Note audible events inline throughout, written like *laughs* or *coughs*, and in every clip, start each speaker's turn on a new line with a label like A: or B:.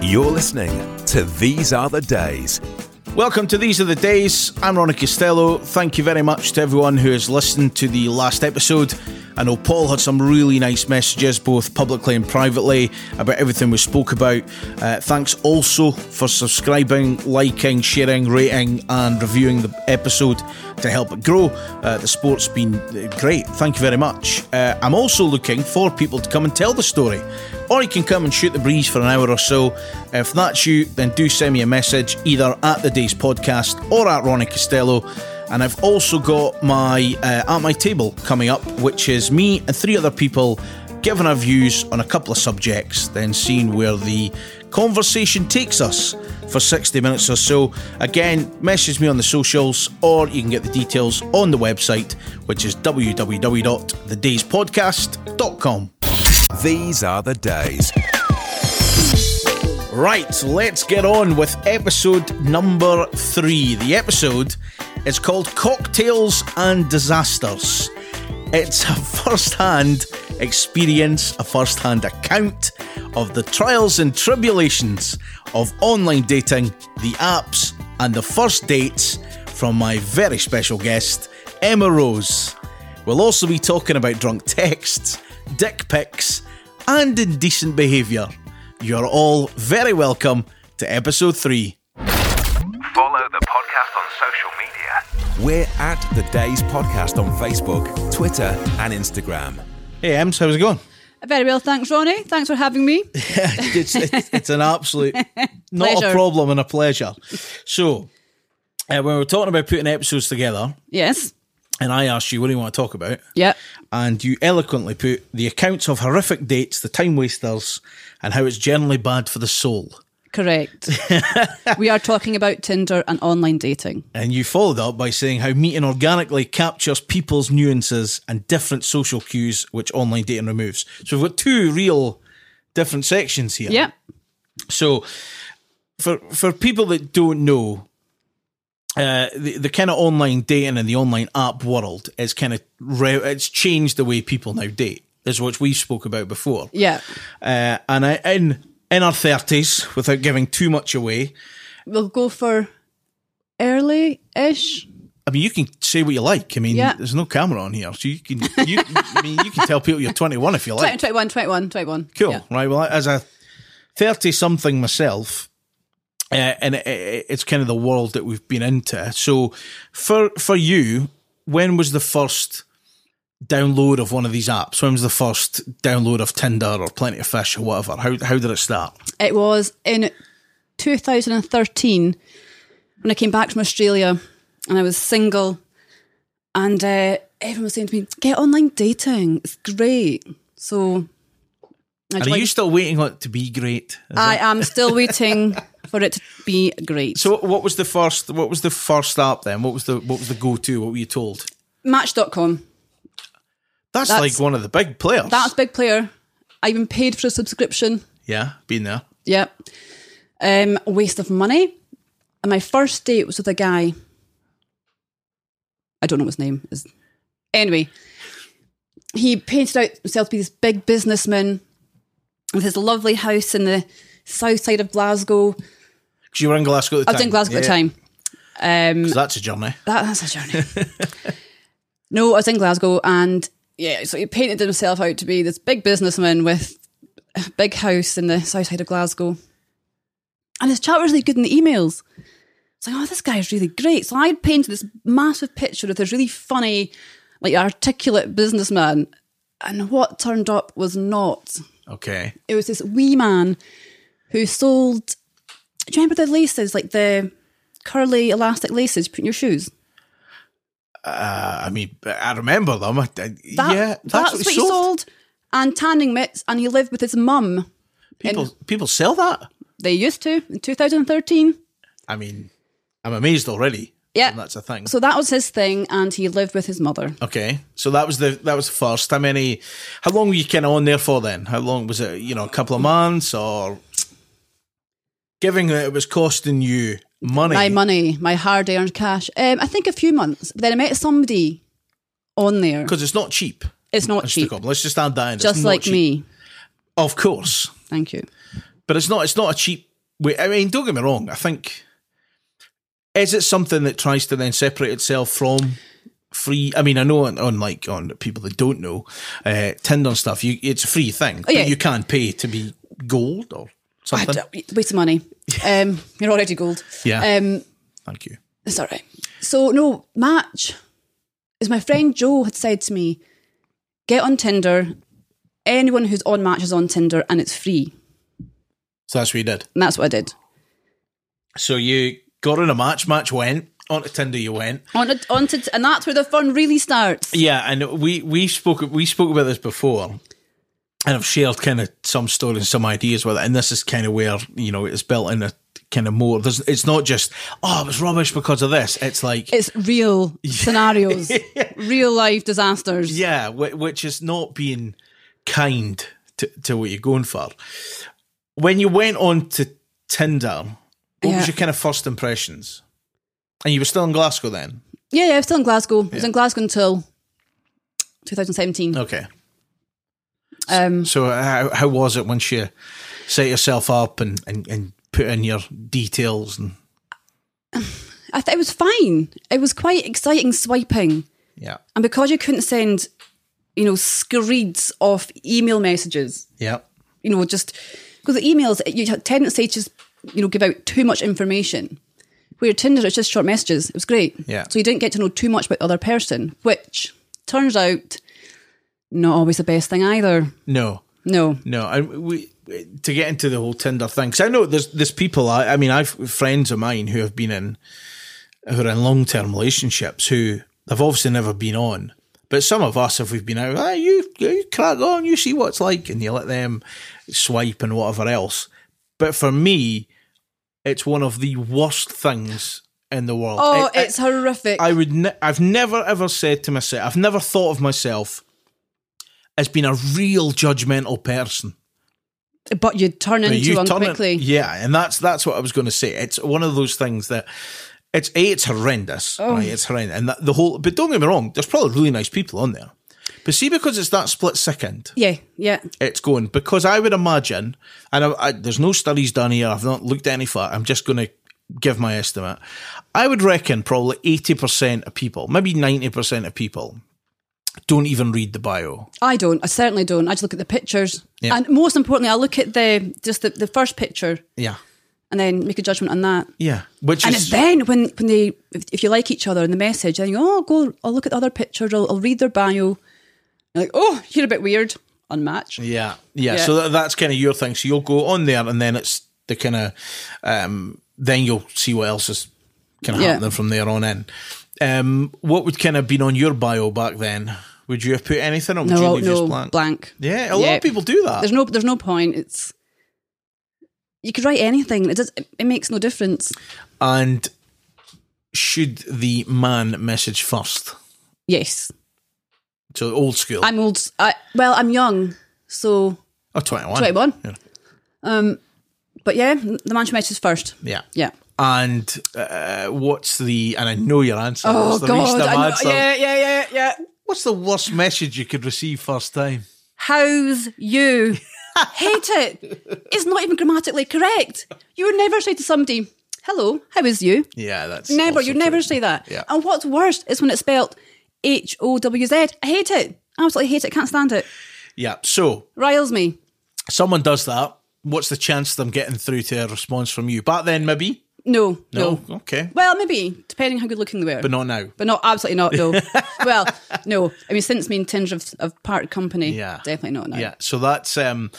A: You're listening to These Are the Days.
B: Welcome to These Are the Days. I'm Ronnie Costello. Thank you very much to everyone who has listened to the last episode. I know Paul had some really nice messages, both publicly and privately, about everything we spoke about. Uh, thanks also for subscribing, liking, sharing, rating, and reviewing the episode to help it grow. Uh, the sport's been uh, great. Thank you very much. Uh, I'm also looking for people to come and tell the story, or you can come and shoot the breeze for an hour or so. If that's you, then do send me a message either at the Days Podcast or at Ronnie Costello. And I've also got my uh, at my table coming up, which is me and three other people giving our views on a couple of subjects, then seeing where the conversation takes us for 60 minutes or so. Again, message me on the socials or you can get the details on the website, which is www.thedayspodcast.com.
A: These are the days.
B: Right, let's get on with episode number three. The episode is called Cocktails and Disasters. It's a first hand experience, a first hand account of the trials and tribulations of online dating, the apps, and the first dates from my very special guest, Emma Rose. We'll also be talking about drunk texts, dick pics, and indecent behaviour. You're all very welcome to episode three.
C: Follow the podcast on social media.
A: We're at the Days Podcast on Facebook, Twitter, and Instagram.
B: Hey, Ems, how's it going?
D: Very well, thanks, Ronnie. Thanks for
B: *laughs*
D: having me.
B: it's, it's, it's an absolute not a
D: Pleasure.
B: problem and a pleasure. So, uh, when we were talking about putting episodes together,
D: Yes.
B: and I asked you, what do you want to talk about?
D: Yep.
B: And you eloquently put the accounts of horrific dates, the time wasters, and how it's generally bad for the soul. *laughs*
D: Correct. we are talking about Tinder and online dating.
B: And you followed up by saying how meeting organically captures people's nuances and different social cues, which online dating removes. So we've got two real different sections here.
D: Yep.
B: So, for for people that don't know, uh, the the kind of online dating and the online app world is kind of re- it's changed the way people now date. Is what we spoke about before.
D: Yeah.
B: Uh, and I, in in our thirties, without giving too much away,
D: We'll go for early ish.
B: I mean, you can say what you like. I mean,
D: Yeah.
B: there's no camera on here, so you can you I mean you can tell people you're 21
D: *laughs*
B: if you like.
D: 20, 21, 21, 21.
B: Cool,
D: Yeah.
B: right? Well, as a thirty-something myself, uh, and it, it, it's kind of the world that we've been into. So, for for you, when was the first download of one of these apps? When was the first download of Tinder or Plenty of Fish or whatever? How how did it start?
D: It was in 2013 when I came back from Australia and I was single. And uh, everyone was saying to me, get online dating. It's great. So I,
B: And
D: joined-
B: are you still waiting on it to be great? Is
D: I
B: that- *laughs*
D: am still waiting for it to be great.
B: so what was the first? What was the first app then? What was the what was the go-to? What were you told?
D: Match.com.
B: That's,
D: That's-
B: like one of the big players.
D: That's big player. I even paid for a subscription.
B: yeah, been there.
D: Yep. Um, waste of money. And my first date was with a guy. I don't know what his name is. Anyway, he painted out himself to be this big businessman with his lovely house in the south side of Glasgow.
B: Because you were in Glasgow at the
D: I
B: time.
D: was in Glasgow at the
B: Yeah,
D: time. Um,
B: 'cause That's a journey.
D: That, that's a journey. no, I was in Glasgow and yeah, so he painted himself out to be this big businessman with a big house in the south side of Glasgow. And his chat was really good in the emails. It's like, oh, this guy's really great. So I painted this massive picture of this really funny, like articulate businessman. And what turned up was not.
B: Okay.
D: It was this wee man who sold. Do you remember the laces, like the curly elastic laces you put in your shoes?
B: I mean, I remember them. I, I,
D: That-
B: yeah, that's, what, he sold.
D: And tanning mitts, and he lived with his mum.
B: People, people sell that.
D: They used to in 2013.
B: I mean, I'm amazed already.
D: Yeah.
B: and that's a thing.
D: So that was his thing, and he lived with his mother.
B: okay, so that was the that was the first. How many? How long were you kind of on there for then? How long was it? You know, a couple of months or giving that it was costing you money.
D: My money, my hard earned cash. Um, I think a few months. But then I met somebody on there.
B: because it's not cheap.
D: It's not
B: Let's
D: cheap.
B: stick up. Let's just add that in. It's
D: Just
B: not
D: like
B: cheap.
D: me.
B: of course.
D: Thank you.
B: But it's not. It's not a cheap we, I mean, don't get me wrong. I think is it something that tries to then separate itself from free? I mean, I know on, on like on people that don't know uh, Tinder and stuff, you it's a free thing.
D: Oh, yeah.
B: but you can pay to be gold or
D: I
B: something.
D: don't- waste
B: *laughs*
D: of money. Um, you're already gold.
B: Yeah.
D: Um,
B: Thank you.
D: it's all right. So no match. Is my friend Joe had said to me, get on Tinder. Anyone who's on match is on Tinder, and it's free.
B: So that's what you did.
D: And that's what I did.
B: So you got in a match. Match went onto Tinder. You went.
D: On, on to, and that's where the fun really starts.
B: Yeah, and we we spoke we spoke about this before, and I've shared kind of some stories, some ideas with it, and this is kind of where you know it's built in a kind of more. There's, it's not just oh it was rubbish because of this. It's like
D: It's real
B: *laughs*
D: scenarios, real life disasters.
B: yeah, whi- which is not being kind to to what you're going for. When you went on to Tinder, what
D: Yeah.
B: was your kind of first impressions? And you were still in Glasgow then.
D: Yeah, yeah, I was still in Glasgow. I was in Glasgow until 2017.
B: Okay.
D: Um,
B: So how, how was it once you set yourself up and, and, and put in your details and
D: I thought it was fine. It was quite exciting swiping.
B: yeah
D: And because you couldn't send, you know, screeds of email messages,
B: yeah
D: you know, just because the emails, you had tendency to just, you know, give out too much information. Where Tinder, it's just short messages. It was great.
B: Yeah.
D: So you didn't get to know too much about the other person, which turns out not always the best thing either.
B: no
D: No.
B: no I we to get into the whole Tinder thing because I know there's there's people I I mean I've friends of mine who have been in who are in long term relationships who have obviously never been on. But some of us, if we've been out, ah, you you crack on, you see what it's like, and you let them swipe and whatever else. But for me, it's one of the worst things in the world.
D: Oh,
B: I- I-
D: it's horrific.
B: I would. Ne- I've never ever said to myself. I've never thought of myself as being a real judgmental person.
D: but you turn
B: But
D: into
B: you
D: one
B: turn it-
D: quickly.
B: yeah, and that's that's what I was going to say. It's one of those things that it's a. It's horrendous.
D: Oh.
B: Right? It's horrendous, and that, the whole. But don't get me wrong. There's probably really nice people on there. But see, because it's that split second,
D: yeah, yeah.
B: it's going because I would imagine, and I, I, there's no studies done here. I've not looked any far. I'm just going to give my estimate. I would reckon probably eighty percent of people, maybe ninety percent of people, don't even read the bio.
D: I don't. I certainly don't. I just look at the pictures,
B: Yeah.
D: and most importantly, I look at the just the, the first picture,
B: Yeah,
D: and then make a judgment on that.
B: yeah. Which
D: And
B: is
D: it's then when when they if, if you like each other in the message, then you go, oh, go. I'll look at the other pictures. I'll, I'll read their bio. You're like, oh, you're a bit weird. Unmatch.
B: yeah, yeah,
D: Yeah.
B: So that, that's kind of your thing. So you'll go on there, and then it's the kind of um, then you'll see what else is kind of
D: Yeah.
B: happening from there on in. Um, what would kind of been on your bio back then? Would you have put anything, or would you
D: No,
B: leave just
D: no,
B: blank?
D: blank.
B: Yeah, a lot
D: Yeah.
B: of people do that.
D: There's no there's no point. It's you could write anything. It does. It, it makes no difference.
B: And should the man message first?
D: Yes,
B: So old school.
D: I'm old. I, well, I'm young, so
B: oh, 21.
D: 21.
B: Yeah.
D: Um, but yeah, the man should message first.
B: Yeah.
D: Yeah.
B: And uh, what's the, and I know your answer.
D: Oh
B: It's the least
D: God!
B: of
D: I know-
B: answer.
D: yeah, yeah, yeah, yeah.
B: What's the worst message you could receive first time?
D: How's
B: *laughs*
D: you? Hate it. It's not even grammatically correct. You would never say to somebody, "Hello, how is you?"
B: Yeah, that's.
D: Never.
B: also
D: You'd never
B: true.
D: say that.
B: Yeah.
D: And what's worse is when it's spelt H O W Z. I hate it. Absolutely hate it. Can't stand it.
B: Yeah. So
D: Riles me.
B: someone does that. What's the chance of them getting through to a response from you? Back then, maybe?
D: No. No.
B: No. Okay.
D: Well, maybe depending how good looking they were.
B: But not now.
D: But no, absolutely not.
B: *laughs*
D: No. well, no. I mean, since me and Tinder have, have parted company,
B: Yeah.
D: definitely not now.
B: Yeah. So that's, um,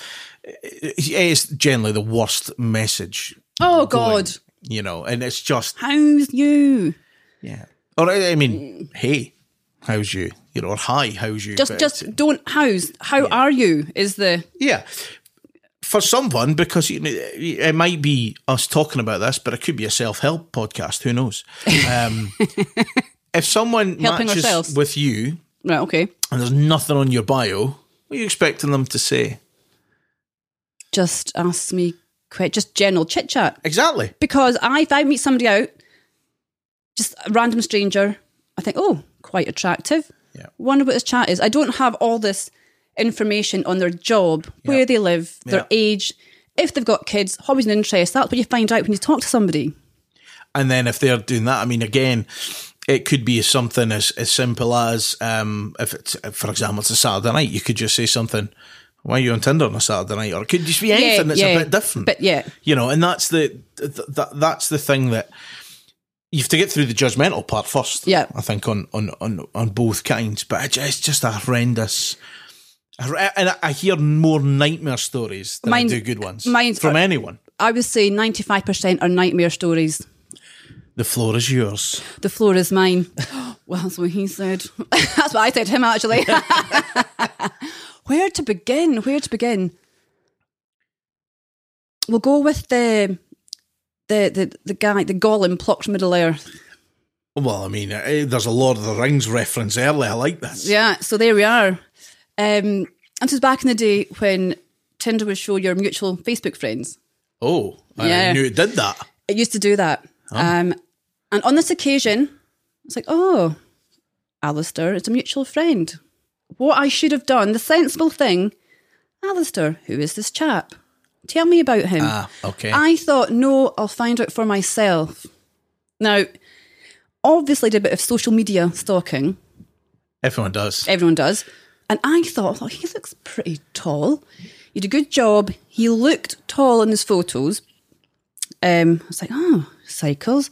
B: it's generally the worst message
D: Oh
B: going,
D: God,
B: you know, and it's just
D: how's you?
B: yeah. Or I I mean, hey, how's you? You know, or hi, how's you?
D: Mm. Just,
B: But it's-
D: just don't how's. How are you? Is the
B: yeah. For someone, because you know, it might be us talking about this, but it could be a self-help podcast. Who knows? Um,
D: *laughs*
B: if someone
D: Helping
B: matches
D: ourselves.
B: with you
D: right? Okay,
B: and there's nothing on your bio, what are you expecting them to say?
D: just ask me quick, just general chit chat.
B: Exactly.
D: Because I, if I meet somebody out, just a random stranger, I think, oh, quite attractive.
B: Yeah.
D: Wonder what this chat is. I don't have all this information on their job, where they live, their
B: Yeah.
D: age, if they've got kids, hobbies and interests, that's what you find out when you talk to somebody.
B: And then if they're doing that, I mean, again, it could be something as, as simple as um, if it's, if, for example, it's a Saturday night, you could just say something. Why are you on Tinder on a Saturday night? Or it could just be anything that's a bit different.
D: But yeah,
B: you know, and that's the th- th- that's the thing that you have to get through the judgmental part first.
D: Yeah.
B: I think on on on, on both kinds, but it- it's just a horrendous. And I- I hear more nightmare stories than
D: Mine-
B: I do good ones
D: mine's-
B: from anyone.
D: I would say 95% are nightmare stories.
B: The floor is yours.
D: The floor is mine. *gasps* well, that's what he said. *laughs* that's what I said to him, actually. *laughs* Where to begin? Where to begin? We'll go with the the the, the guy, the golem plucked from Middle Earth.
B: Well, I mean, eh, there's a Lord of the Rings reference early. I like this.
D: Yeah, so there we are. Um, and this was back in the day when Tinder would show your mutual Facebook friends.
B: Oh, I
D: Yeah.
B: knew it did that.
D: It used to do that.
B: Oh.
D: Um, and on this occasion, it's like, oh, Alistair is a mutual friend. What I should have done, the sensible thing, Alistair, who is this chap? Tell me about him.
B: Ah, okay.
D: I thought, no, I'll find out for myself. Now, obviously, I did a bit of social media stalking.
B: Everyone does.
D: Everyone does. And I thought, oh, he looks pretty tall. He did a good job. He looked tall in his photos. Um, I was like, oh, cycles.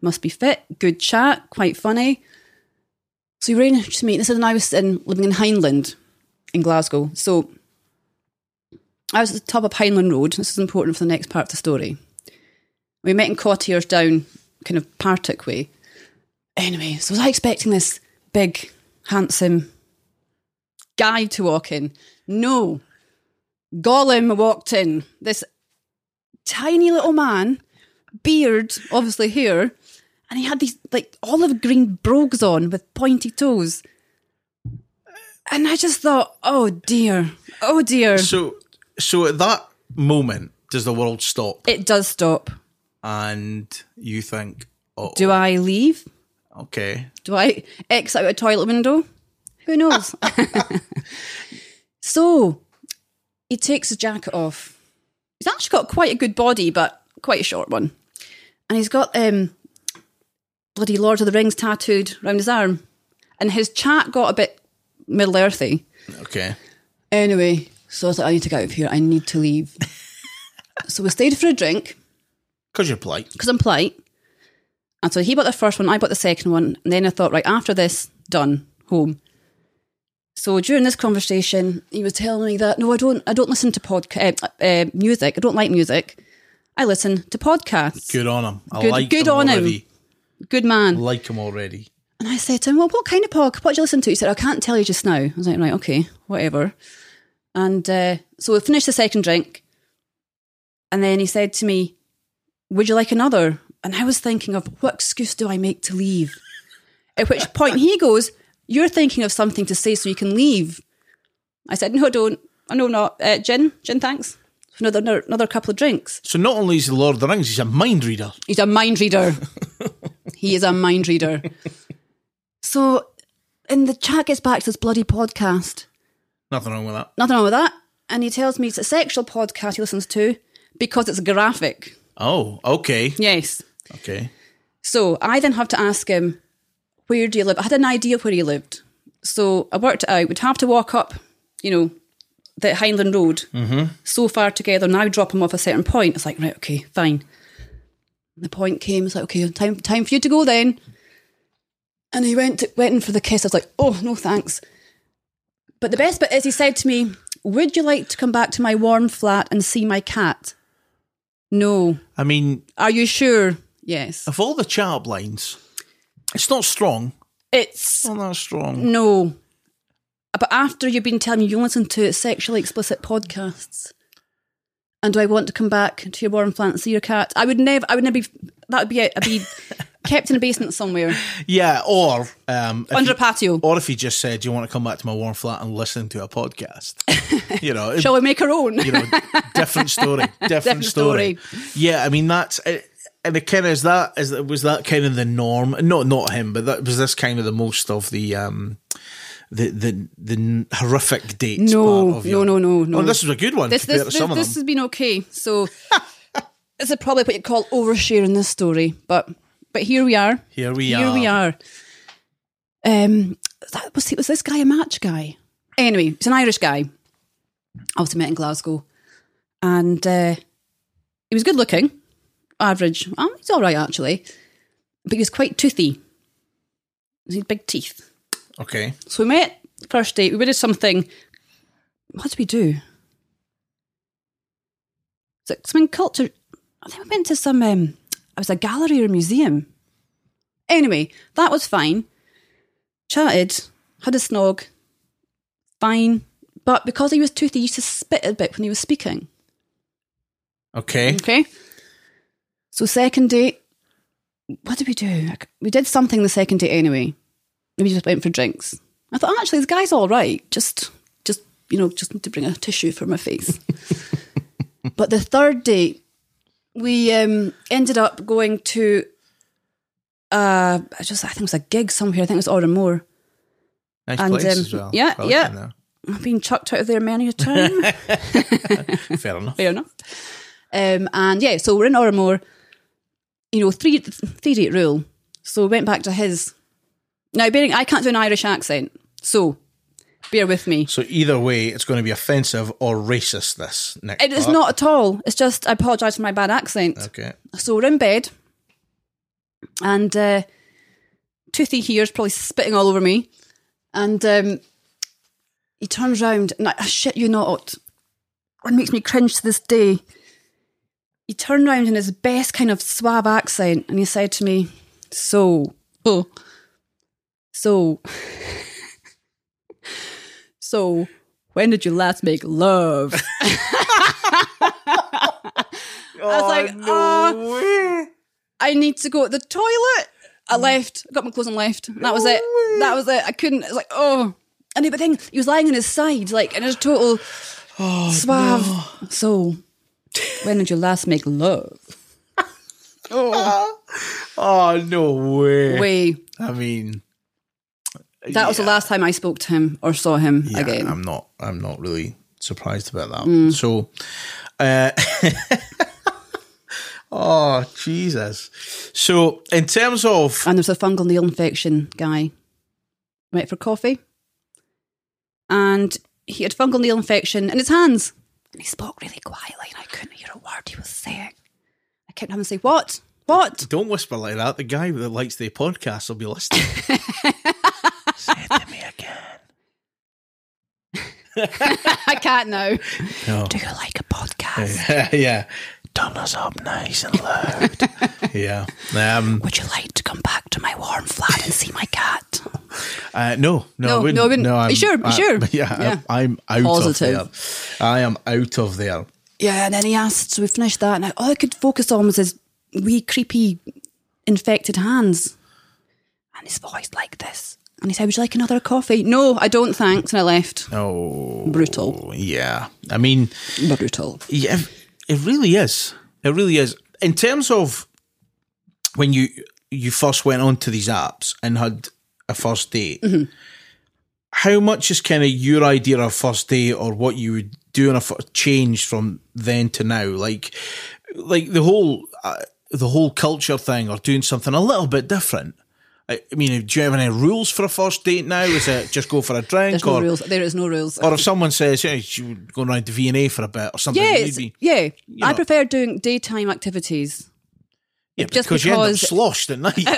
D: Must be fit. Good chat. Quite funny. So he ran to me. This is when I was in, living in Hindland in Glasgow. So I was at the top of Hindland Road. This is important for the next part of the story. We met in Courtiers down kind of Partick way. Anyway, so was I expecting this big, handsome guy to walk in? No. Gollum walked in. This tiny little man, beard, obviously here, and he had these like olive green brogues on with pointy toes. And I just thought, oh dear, oh dear.
B: So, so at that moment, does the world stop
D: It does stop.
B: and you think, oh,
D: Do I leave?
B: okay,
D: Do I X out a toilet window? Who knows? *laughs* so he takes his jacket off. He's actually got quite a good body, but quite a short one. And he's got um, bloody Lord of the Rings tattooed round his arm. And his chat got a bit Middle Earthy.
B: okay,
D: Anyway, so I was like, I need to get out of here. I need to leave. so we stayed for a drink
B: because you're polite.
D: because I'm polite. And so he bought the first one, I bought the second one. And then I thought, right, after this, done, home. So during this conversation, he was telling me that, no, I don't, I don't listen to podca- uh, uh, music. I don't like music. I listen to podcasts. Good,
B: Good on him. I
D: Good-
B: like
D: good
B: him
D: on him.
B: already.
D: man.
B: Like him already.
D: And I said to him, Well, what kind of podcast? What do you listen to? He said, I can't tell you just now. I was like, Right, okay, whatever. And uh, so we finished the second drink. And then he said to me, Would you like another? And I was thinking of what excuse do I make to leave? At which point he goes, You're thinking of something to say so you can leave. I said, No, I don't. I know not. Uh, gin, gin, thanks. Another, another, another couple of drinks.
B: So not only is the Lord of the Rings, he's a mind reader.
D: He's a mind *laughs* reader. he is a mind reader. So, and the chat gets back to this bloody podcast.
B: Nothing wrong with that.
D: Nothing wrong with that. And he tells me it's a sexual podcast he listens to because it's graphic.
B: Oh, okay,
D: Yes.
B: okay.
D: So I then have to ask him, where do you live? I had an idea where he lived. So I worked it out. We'd have to walk up, you know, the Highland Road so far together, and I would drop him off a certain point. It's like, right, okay, fine. The point came. It's like, okay, time, time for you to go then. And he went, to, went in for the kiss. I was like, oh, no thanks. But the best bit is he said to me, would you like to come back to my warm flat and see my cat? No.
B: I mean,
D: Are you sure? Yes.
B: of all the chat up lines, it's not strong.
D: It's
B: It's not that strong.
D: No. But after you've been telling me you listen to sexually explicit podcasts, and do I want to come back to your warm flat and see your cat? I would never. I would never be. That would be it.
B: *laughs*
D: I'd be kept in a basement somewhere
B: Yeah, or um, if
D: under
B: you-
D: a patio.
B: Or if he just said, "You want to come back to my warm flat and listen to a
D: *laughs*
B: podcast," you know,
D: Shall we make our own?
B: you know, different story,
D: *laughs*
B: different,
D: Different
B: story.
D: story.
B: Yeah, I mean that's it, and it kind of is that is that was that kind of the norm? Not not him, but that was this kind of the most of the um the the the horrific dates.
D: No,
B: part of
D: no,
B: your-
D: no, no, no.
B: Oh, this is a good one.
D: This
B: compared
D: this
B: to
D: this,
B: some of
D: this
B: them.
D: has been okay.
B: *laughs*
D: So this is probably what you call oversharing this story, but but here we are.
B: Here we
D: Here we
B: are.
D: are. Um, that was was this guy a match guy? Anyway, he's an Irish guy. Obviously met in Glasgow, and uh, he was good looking, average. Oh, he's all right actually, but he was quite toothy. He had big teeth.
B: okay.
D: So we met first date. We did something. What did we do? Was it something culture? I think we went to some. Um, it was a gallery or a museum. Anyway, that was fine. Chatted, had a snog. Fine, but because he was toothy, he used to spit a bit when he was speaking.
B: Okay.
D: Okay. So second date, what did we do? I c- We did something the second date anyway. We just went for drinks. I thought actually this guy's all right. Just, just you know, just need to bring a tissue for my face. but the third date, we um, ended up going to. Uh, I just I think it was a gig somewhere. I think it was Oranmore.
B: Nice
D: And,
B: place
D: um,
B: as well.
D: yeah,
B: I like
D: yeah.
B: it
D: *laughs*
B: there.
D: I've been chucked out of there many a time.
B: Fair enough.
D: fair enough. Um, and yeah, so we're in Oramore, you know, three three date rule. So we went back to his. Now, bearing I can't do an Irish accent, so bear with me.
B: So either way, it's going to be offensive or racist. This next.
D: It is
B: part.
D: not at all. It's just I apologise for my bad accent.
B: Okay.
D: So we're in bed, and uh, Toothy here is probably spitting all over me, and um, he turns round and I, I shit you not, it makes me cringe to this day. He turned round in his best kind of suave accent, and he said to me, "So, oh, so, *laughs* so." When did you last make love? I was like, "Ah." I need to go to the toilet. I left, got my clothes and left. That was it. That was it. I couldn't. It's like, oh. And he, but then he was lying on his side, like in his total suave. So, when did you last make love?
B: Oh no way.
D: Way.
B: I mean,
D: That was the last time I spoke to him or saw him
B: yeah,
D: again.
B: I'm not. I'm not really surprised about that.
D: Mm.
B: So, uh, *laughs* oh Jesus. So in terms of
D: and there's a fungal nail infection guy. Went for coffee. And he had fungal nail infection in his hands. And he spoke really quietly and I couldn't hear a word he was saying. I kept having to say, What? What? *laughs*
B: Don't whisper like that. The guy that likes the podcast will be listening. Say it to me again.
D: I can't now.
B: No.
D: Do you like a podcast?
B: Oh. *laughs* yeah. Turn us up nice and loud. *laughs* yeah. Um,
D: Would you like to come back to my warm flat and see my cat?
B: uh, no, no, I
D: No,
B: wouldn't.
D: no, I wouldn't. Are you
B: I'm-
D: sure? Are you
B: I-
D: sure?
B: *laughs* Yeah,
D: Yeah.
B: I, am out
D: Positive.
B: of there. I am out of there.
D: Yeah, and then he asked, so we finished that, and I, all I could focus on was his wee, creepy, infected hands. And his voice like this. And he said, Would you like another coffee? No, I don't, thanks. And I left.
B: Oh,
D: Brutal.
B: yeah. I mean,
D: Brutal.
B: Yeah, it really is. It really is. In terms of when you you first went onto these apps and had a first date,
D: Mm-hmm.
B: how much is kind of your idea of first date or what you would do on a first change from then to now? Like, like the whole uh, the whole culture thing or doing something a little bit different. I I mean, do you have any rules for a first date now? Is it just go for a drink
D: There's
B: or?
D: no rules. There is no rules.
B: Or if someone says, "Yeah, you go round to V and A for a bit" or something,
D: yeah,
B: you'd
D: it's-
B: be-
D: yeah. I
B: know.
D: prefer doing
B: *laughs*
D: daytime activities.
B: Yeah,
D: Just
B: because, you end up
D: because- Oh,
B: sloshed at
D: *laughs*
B: night.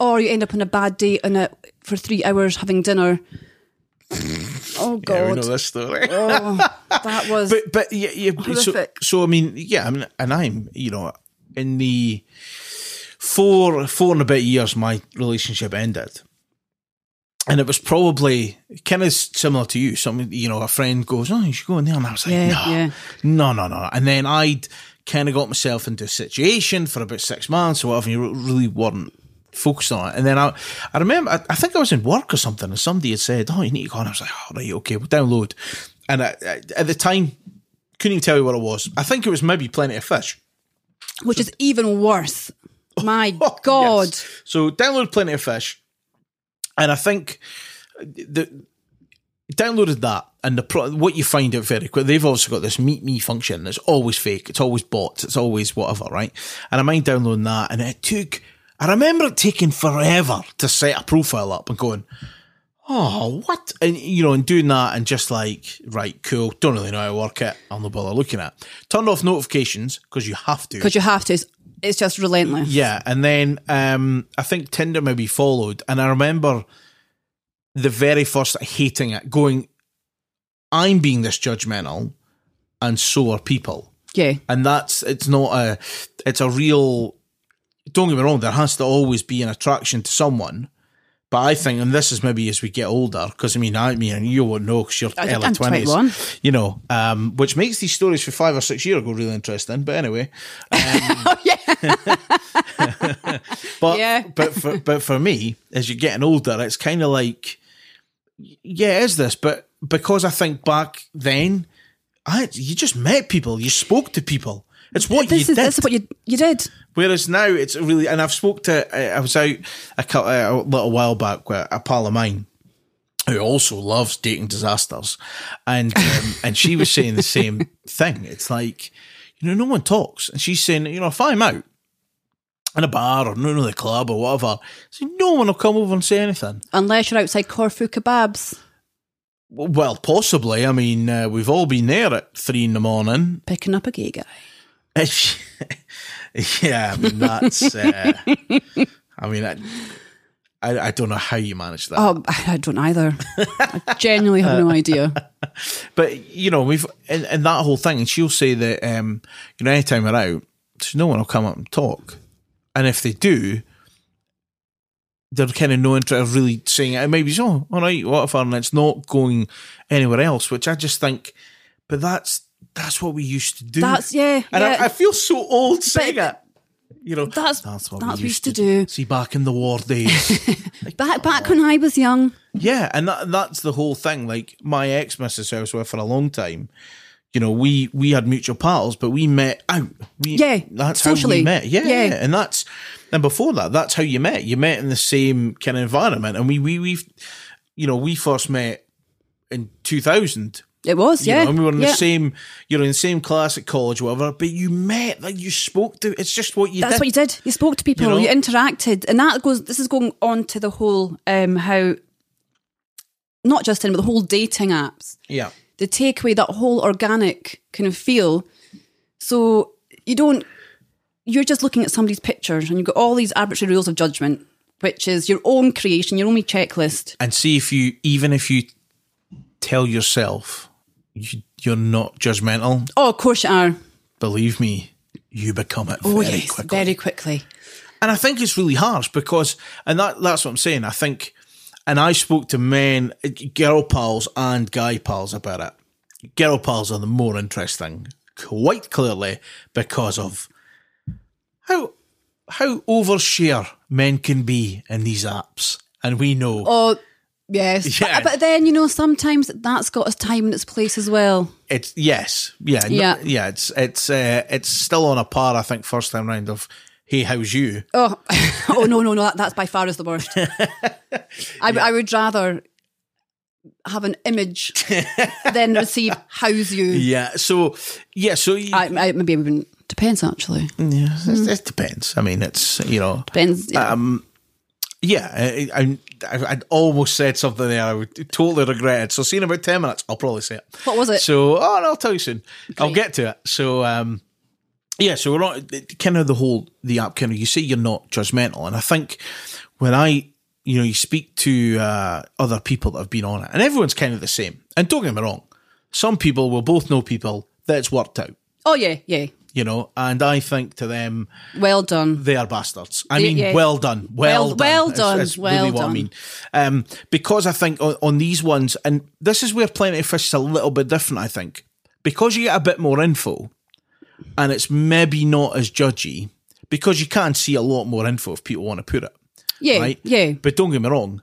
D: or you end up on a bad date and a, for three hours having dinner. oh, God.
B: this story.
D: *laughs* oh, that
B: *laughs*
D: was.
B: But but yeah, yeah so,
D: Horrific.
B: so I mean, yeah, I mean, and I'm you know in the four four and a bit years my relationship ended, and it was probably kind of similar to you. Some you know a friend goes, "Oh, you should go in there," and I was like,
D: Yeah,
B: "No,
D: yeah.
B: no, no, no," and then I'd kind of got myself into a situation for about six months or whatever. And you really weren't focused on it, and then I, I remember, I, I think I was in work or something, and somebody had said, "Oh, you need to go," and I was like, "All right, okay, we'll download." And I, I, at the time, couldn't even tell you what it was. I think it was maybe Plenty of Fish.
D: which is even worse. My
B: *laughs* Oh,
D: God.
B: yes. So download Plenty of Fish, and I think the downloaded that, and the pro- what you find out very quick, they've also got this meet me function that's always fake, it's always bought, it's always whatever, right? And I mind downloading that, and it took. I remember it taking forever to set a profile up and going, oh, what? And, you know, and doing that and just like, right, cool, don't really know how to work it, I'll no bother looking at it. Turned off notifications because you have to.
D: because you have to. It's, it's just relentless.
B: Yeah, and then um, I think Tinder maybe followed, and I remember the very first hating it, going, "I'm being this judgmental, and so are people,"
D: Yeah.
B: and that's it's not a, it's a real. Don't get me wrong, there has to always be an attraction to someone. But I think, and this is maybe as we get older, because I mean, I mean, and you won't know because you're
D: I-
B: early
D: I'm 21.
B: twenties, you know, um, which makes these stories for five or six years ago really interesting. But anyway, um,
D: *laughs*
B: *laughs* But
D: Oh, Yeah.
B: but for, but for me, as you're getting older, it's kind of like, yeah, it is this? But because I think back then, I you just met people, you spoke to people. It's what
D: This
B: you
D: is
B: did.
D: this is what you you did.
B: Whereas now it's really, and I've spoke to, uh, I I was out a, cou- uh, a little while back with a pal of mine who also loves dating disasters, and um, and she was saying the same thing. It's like, you know, no one talks, and she's saying, you know, if I'm out in a bar or no, no, the club or whatever, so no one will come over and say anything.
D: Unless you're outside Corfu kebabs
B: W- Well, possibly. I mean, uh, we've all been there at three in the morning, *laughs*
D: picking up a gay guy.
B: yeah, I mean that's. Uh, I mean, I, I I don't know how you manage that,
D: Oh, I don't either. I genuinely have no idea.
B: but you know we've and, and that whole thing. And she'll say that um, you know anytime we're out, there's no one will come up and talk, and if they do, they're kind of no interest of really saying it. Maybe it's oh all right, whatever, and it's not going anywhere else. Which I just think, but that's that's what we used to do.
D: That's yeah.
B: And
D: yeah.
B: I, I feel so old saying
D: But-
B: it. You know,
D: That's- that's what we used to do.
B: See, back in the war days.
D: *laughs* back back when I was young,
B: yeah, and that, that's the whole thing. Like my ex missus who I was with for a long time. You know, we we had mutual pals, but we met out. We,
D: Yeah,
B: that's how we
D: socially.
B: met. Yeah,
D: Yeah.
B: yeah, and that's and before that, that's how you met. You met in the same kind of environment, and we we we, you know, we first met in two thousand.
D: it was
B: You
D: yeah.
B: know, and we were in
D: yeah.
B: the same, you know, in the same class at college, whatever. But you met, like you spoke to. It's just what you
D: That's
B: did.
D: what you did. You spoke to people.
B: You
D: You,
B: know?
D: interacted, and that goes. This is going on to the whole um, how, not just in, but the whole dating apps.
B: yeah.
D: They take away that whole organic kind of feel. So you don't. You're just looking at somebody's pictures, and you've got all these arbitrary rules of judgment, which is your own creation, your only checklist.
B: and see if you even if you tell yourself you, you're not judgmental
D: Oh, of course you are.
B: believe me you become it
D: Oh
B: very
D: yes,
B: quickly
D: very quickly.
B: and i think it's really harsh because and that that's what i'm saying i think and i spoke to men girl pals and guy pals about it girl pals are the more interesting quite clearly because of how how overshare men can be in these apps and we know
D: Oh yes, But-
B: Yeah.
D: but, then you know sometimes that's got its time and its place as well.
B: It's yes, yeah, n-
D: Yeah.
B: yeah. It's it's uh, it's still on a par. I think first time round of hey, how's you?
D: Oh, *laughs* oh no, no, no! That, that's by far is the worst. *laughs* I, w- I would rather have an image than receive how's you.
B: Yeah, so yeah, so you,
D: I, I, maybe I wouldn't. Depends actually.
B: yeah, it, it depends. I mean, it's you know,
D: Depends. yeah.
B: Um, yeah. I, I, I I'd almost said something there. I would totally regret it. So, see in about ten minutes, I'll probably say it.
D: What was it?
B: So, oh, no, I'll tell you soon. I'll get to it. So, um, yeah, so we're not kind of the whole the app kind of you say you're not judgmental, and I think when I you know you speak to uh, other people that have been on it, and everyone's kind of the same. And don't get me wrong, some people will both know people that's worked out,
D: oh yeah, yeah.
B: you know, and I think to them
D: Well done.
B: they are bastards. I
D: Yeah,
B: mean,
D: yeah.
B: well done, well,
D: Well-
B: done.
D: well
B: is-
D: done,
B: is
D: well
B: really what I
D: done.
B: mean. Um, because I think on, on these ones, and this is where Plenty of Fish is a little bit different. I think because you get a bit more info, and it's maybe not as judgy because you can see a lot more info if people want to put it.
D: Yeah,
B: right?
D: yeah.
B: But don't get me wrong.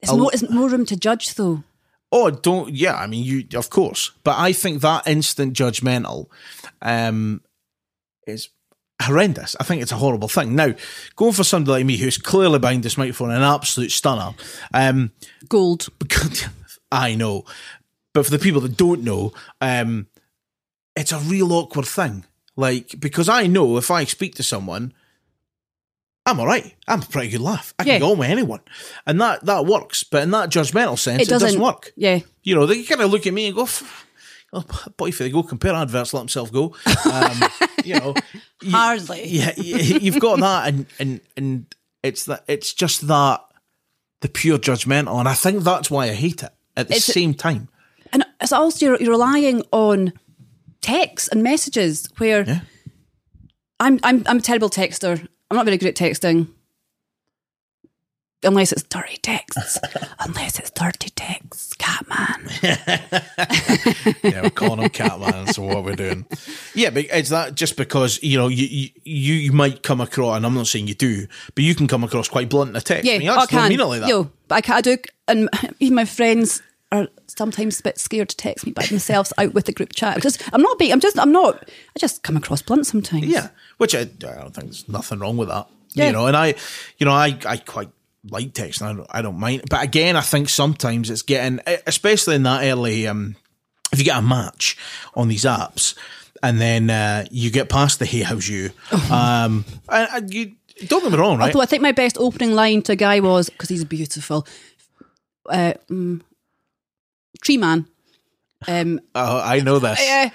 D: It's more. It's more room to judge though.
B: Oh, don't. Yeah, I mean, you of course, but I think that instant judgmental um, is horrendous. I think it's a horrible thing. Now, going for somebody like me who's clearly behind this microphone, an absolute stunner. Um, *laughs*
D: Gold.
B: because- I know. But for the people that don't know, um, it's a real awkward thing. Like, because I know if I speak to someone, I'm all right. I'm a pretty good laugh. I
D: Yeah.
B: can go on with anyone. And that, that works. But in that judgmental sense, it doesn't, work.
D: Yeah.
B: You know, they kind of look at me and go, "F- oh, boy, if they go compare adverts, let himself go. Um,
D: *laughs*
B: you know, you-
D: Hardly.
B: yeah, y- you've got that, and and and it's that it's just that the pure judgmental, and I think that's why I hate it. At the
D: It's-
B: same
D: *laughs*
B: time,
D: And it's also you're, you're relying on texts and messages where
B: Yeah.
D: I'm I'm I'm a terrible texter. I'm not very good at texting. Unless it's dirty
B: *laughs*
D: texts. Unless it's dirty texts, Catman.
B: yeah, we're calling him Catman. So what we're doing? Yeah, but it's that just because you know you you- you, you might come across, and I'm not saying you do, but you can come across quite blunt in a text.
D: Yeah,
B: and you actually
D: I can.
B: don't mean it like that.
D: Yo, but I can. I do, and *laughs* even my friends are sometimes a bit scared to text me by themselves *laughs* out with the group chat. Because I'm not being. I'm just. I'm not. I just come across blunt sometimes.
B: Yeah, which I, I don't think there's nothing wrong with that.
D: Yeah.
B: You know, and I, you know, I, I quite like texting. I don't, I don't mind, but again, I think sometimes it's getting, e, especially in that early. Um, if you get a match on these apps, and then uh, you get past the hey how's you, um, and, and you don't get me wrong, right?
D: Although I think my best opening line to a guy was because he's beautiful. Uh, mm, tree man. Um,
B: Oh, I know this.
D: eh,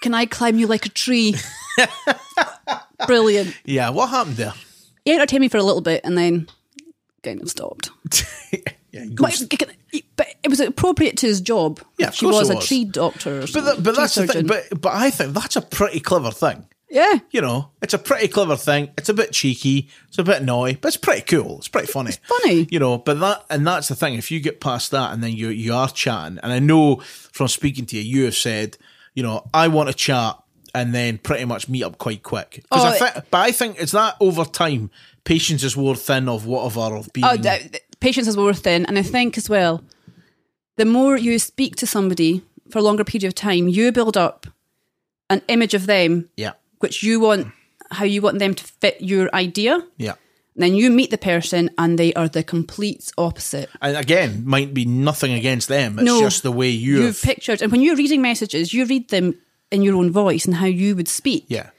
D: can I climb you like
B: *laughs*
D: a tree? Brilliant.
B: Yeah, what happened there? *laughs*
D: He entertained me for a little bit and then kind of stopped.
B: yeah,
D: But,
B: ghost.
D: but it was appropriate to his job.
B: Yeah, of
D: she
B: course
D: was,
B: it
D: a
B: was.
D: tree doctor. Or
B: but, that, but that's the thing.
D: surgeon.
B: But but I think that's a pretty clever thing.
D: yeah,
B: you know, it's a pretty clever thing. It's a bit cheeky. It's a bit naughty, but it's pretty cool. It's pretty funny.
D: funny.
B: You know, but that and that's the thing. If you get past that and then you you are chatting, and I know from speaking to you, you have said, you know, I want to chat and then pretty much meet up quite quick. 'Cause
D: Oh,
B: I thi- but I think it's that over time, patience is wore thin of whatever of being.
D: Oh, the, the patience is worth thin, and I think as well, the more you speak to somebody for a longer period of time, you build up an image of them,
B: yeah,
D: which you want, how you want them to fit your idea. And
B: yeah.
D: then you meet the person, and they are the complete opposite.
B: And again, might be nothing against them. It's
D: No,
B: just the way you
D: You've
B: have.
D: pictured, and when you're reading messages, you read them in your own voice and how you would speak.
B: Yeah,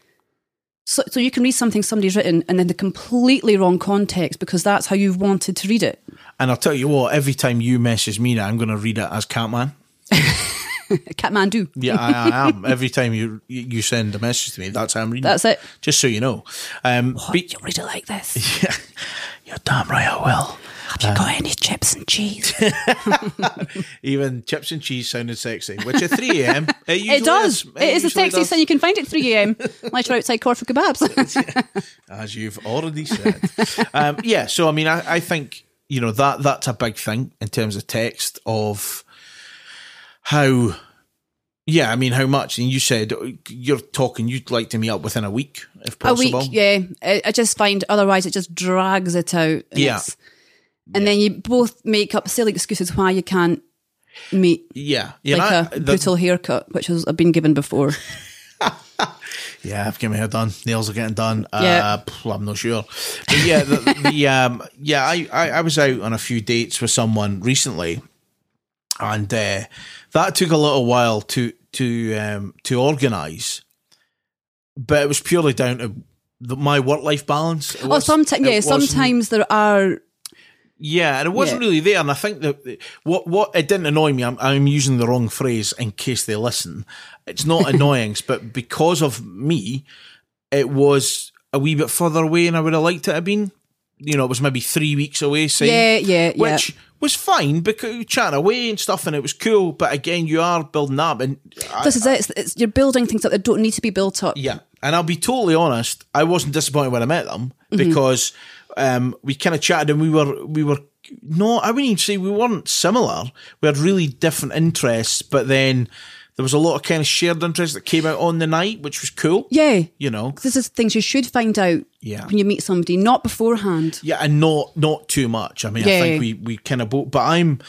D: So, so you can read something somebody's written, and then the completely wrong context because that's how you've wanted to read it.
B: and I'll tell you what. Every time you message me, now I'm going to read it as Catman.
D: Kathmandu.
B: Yeah, I, I
D: *laughs*
B: am. Every time you you send a message to me, that's how I'm reading.
D: That's it.
B: Just so you know. Um,
D: Oh,
B: be-
D: you'll read it like this.
B: you're damn right I will.
D: Have you got any chips and cheese?
B: *laughs* Even chips and cheese sounded sexy, which at 3
D: *laughs*
B: a.m. It, usually
D: it
B: Is.
D: does. It is the
B: usually
D: sexiest
B: does,
D: thing you can find at
B: *laughs*
D: 3 a.m. unless you're outside Corfu Kebabs.
B: As you've already said. um, yeah, so I mean, I, I think, you know, that that's a big thing in terms of text of how. Yeah, I mean, how much? And you said you're talking. You'd like to meet up within a week, if
D: *laughs* a
B: possible.
D: week, yeah. I, I just find otherwise it just drags it out. And
B: Yeah.
D: it's- And then you both make up silly excuses why you can't meet,
B: yeah, yeah.
D: like
B: and I-
D: a
B: the-
D: brutal haircut, which has, I've been given before.
B: Yeah, I've got my hair done. Nails are getting done. Uh,
D: Yeah.
B: pff, I'm not sure. But yeah, the, the *laughs* um, yeah, I, I, I was out on a few dates with someone recently, and uh, that took a little while to to um, to organise, but it was purely down to the, my work life balance. It
D: oh,
B: was-
D: sometimes,
B: it
D: yeah,
B: wasn't-
D: sometimes there are,
B: yeah, and it wasn't
D: Yeah.
B: really there. And I think that that- what what it didn't annoy me. I'm, I'm using the wrong phrase in case they listen. It's
D: *laughs*
B: not annoyance, but because of me, it was a wee bit further away, and I would have liked it to have been. You know, it was maybe three weeks away. Say,
D: yeah, yeah, yeah.
B: which was fine because you chat away and stuff, and it was cool. But again, you are building up, and I,
D: this is it. It's, it's, you're building things up that don't need to be built up.
B: yeah, and I'll be totally honest. I wasn't disappointed when I met them
D: Mm-hmm.
B: because um, we kind of chatted and we were we were no, I wouldn't even say we weren't similar. We had really different interests, but then there was a lot of kind of shared interest that came out on the night, which was cool.
D: Yeah.
B: you know,
D: This is things you should find out
B: Yeah.
D: when you meet somebody, not beforehand.
B: yeah, and not not too much. I mean, I
D: Yeah.
B: think we we kind of both. But I'm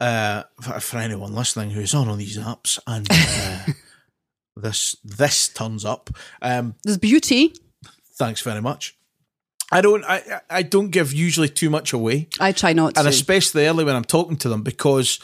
B: uh, for, for anyone listening who's on all these apps and.
D: *laughs*
B: Uh, This this turns up. Um,
D: There's beauty.
B: thanks very much. I don't I, I- I don't give usually too much away,
D: I try not
B: and
D: to.
B: especially early when I'm talking to them because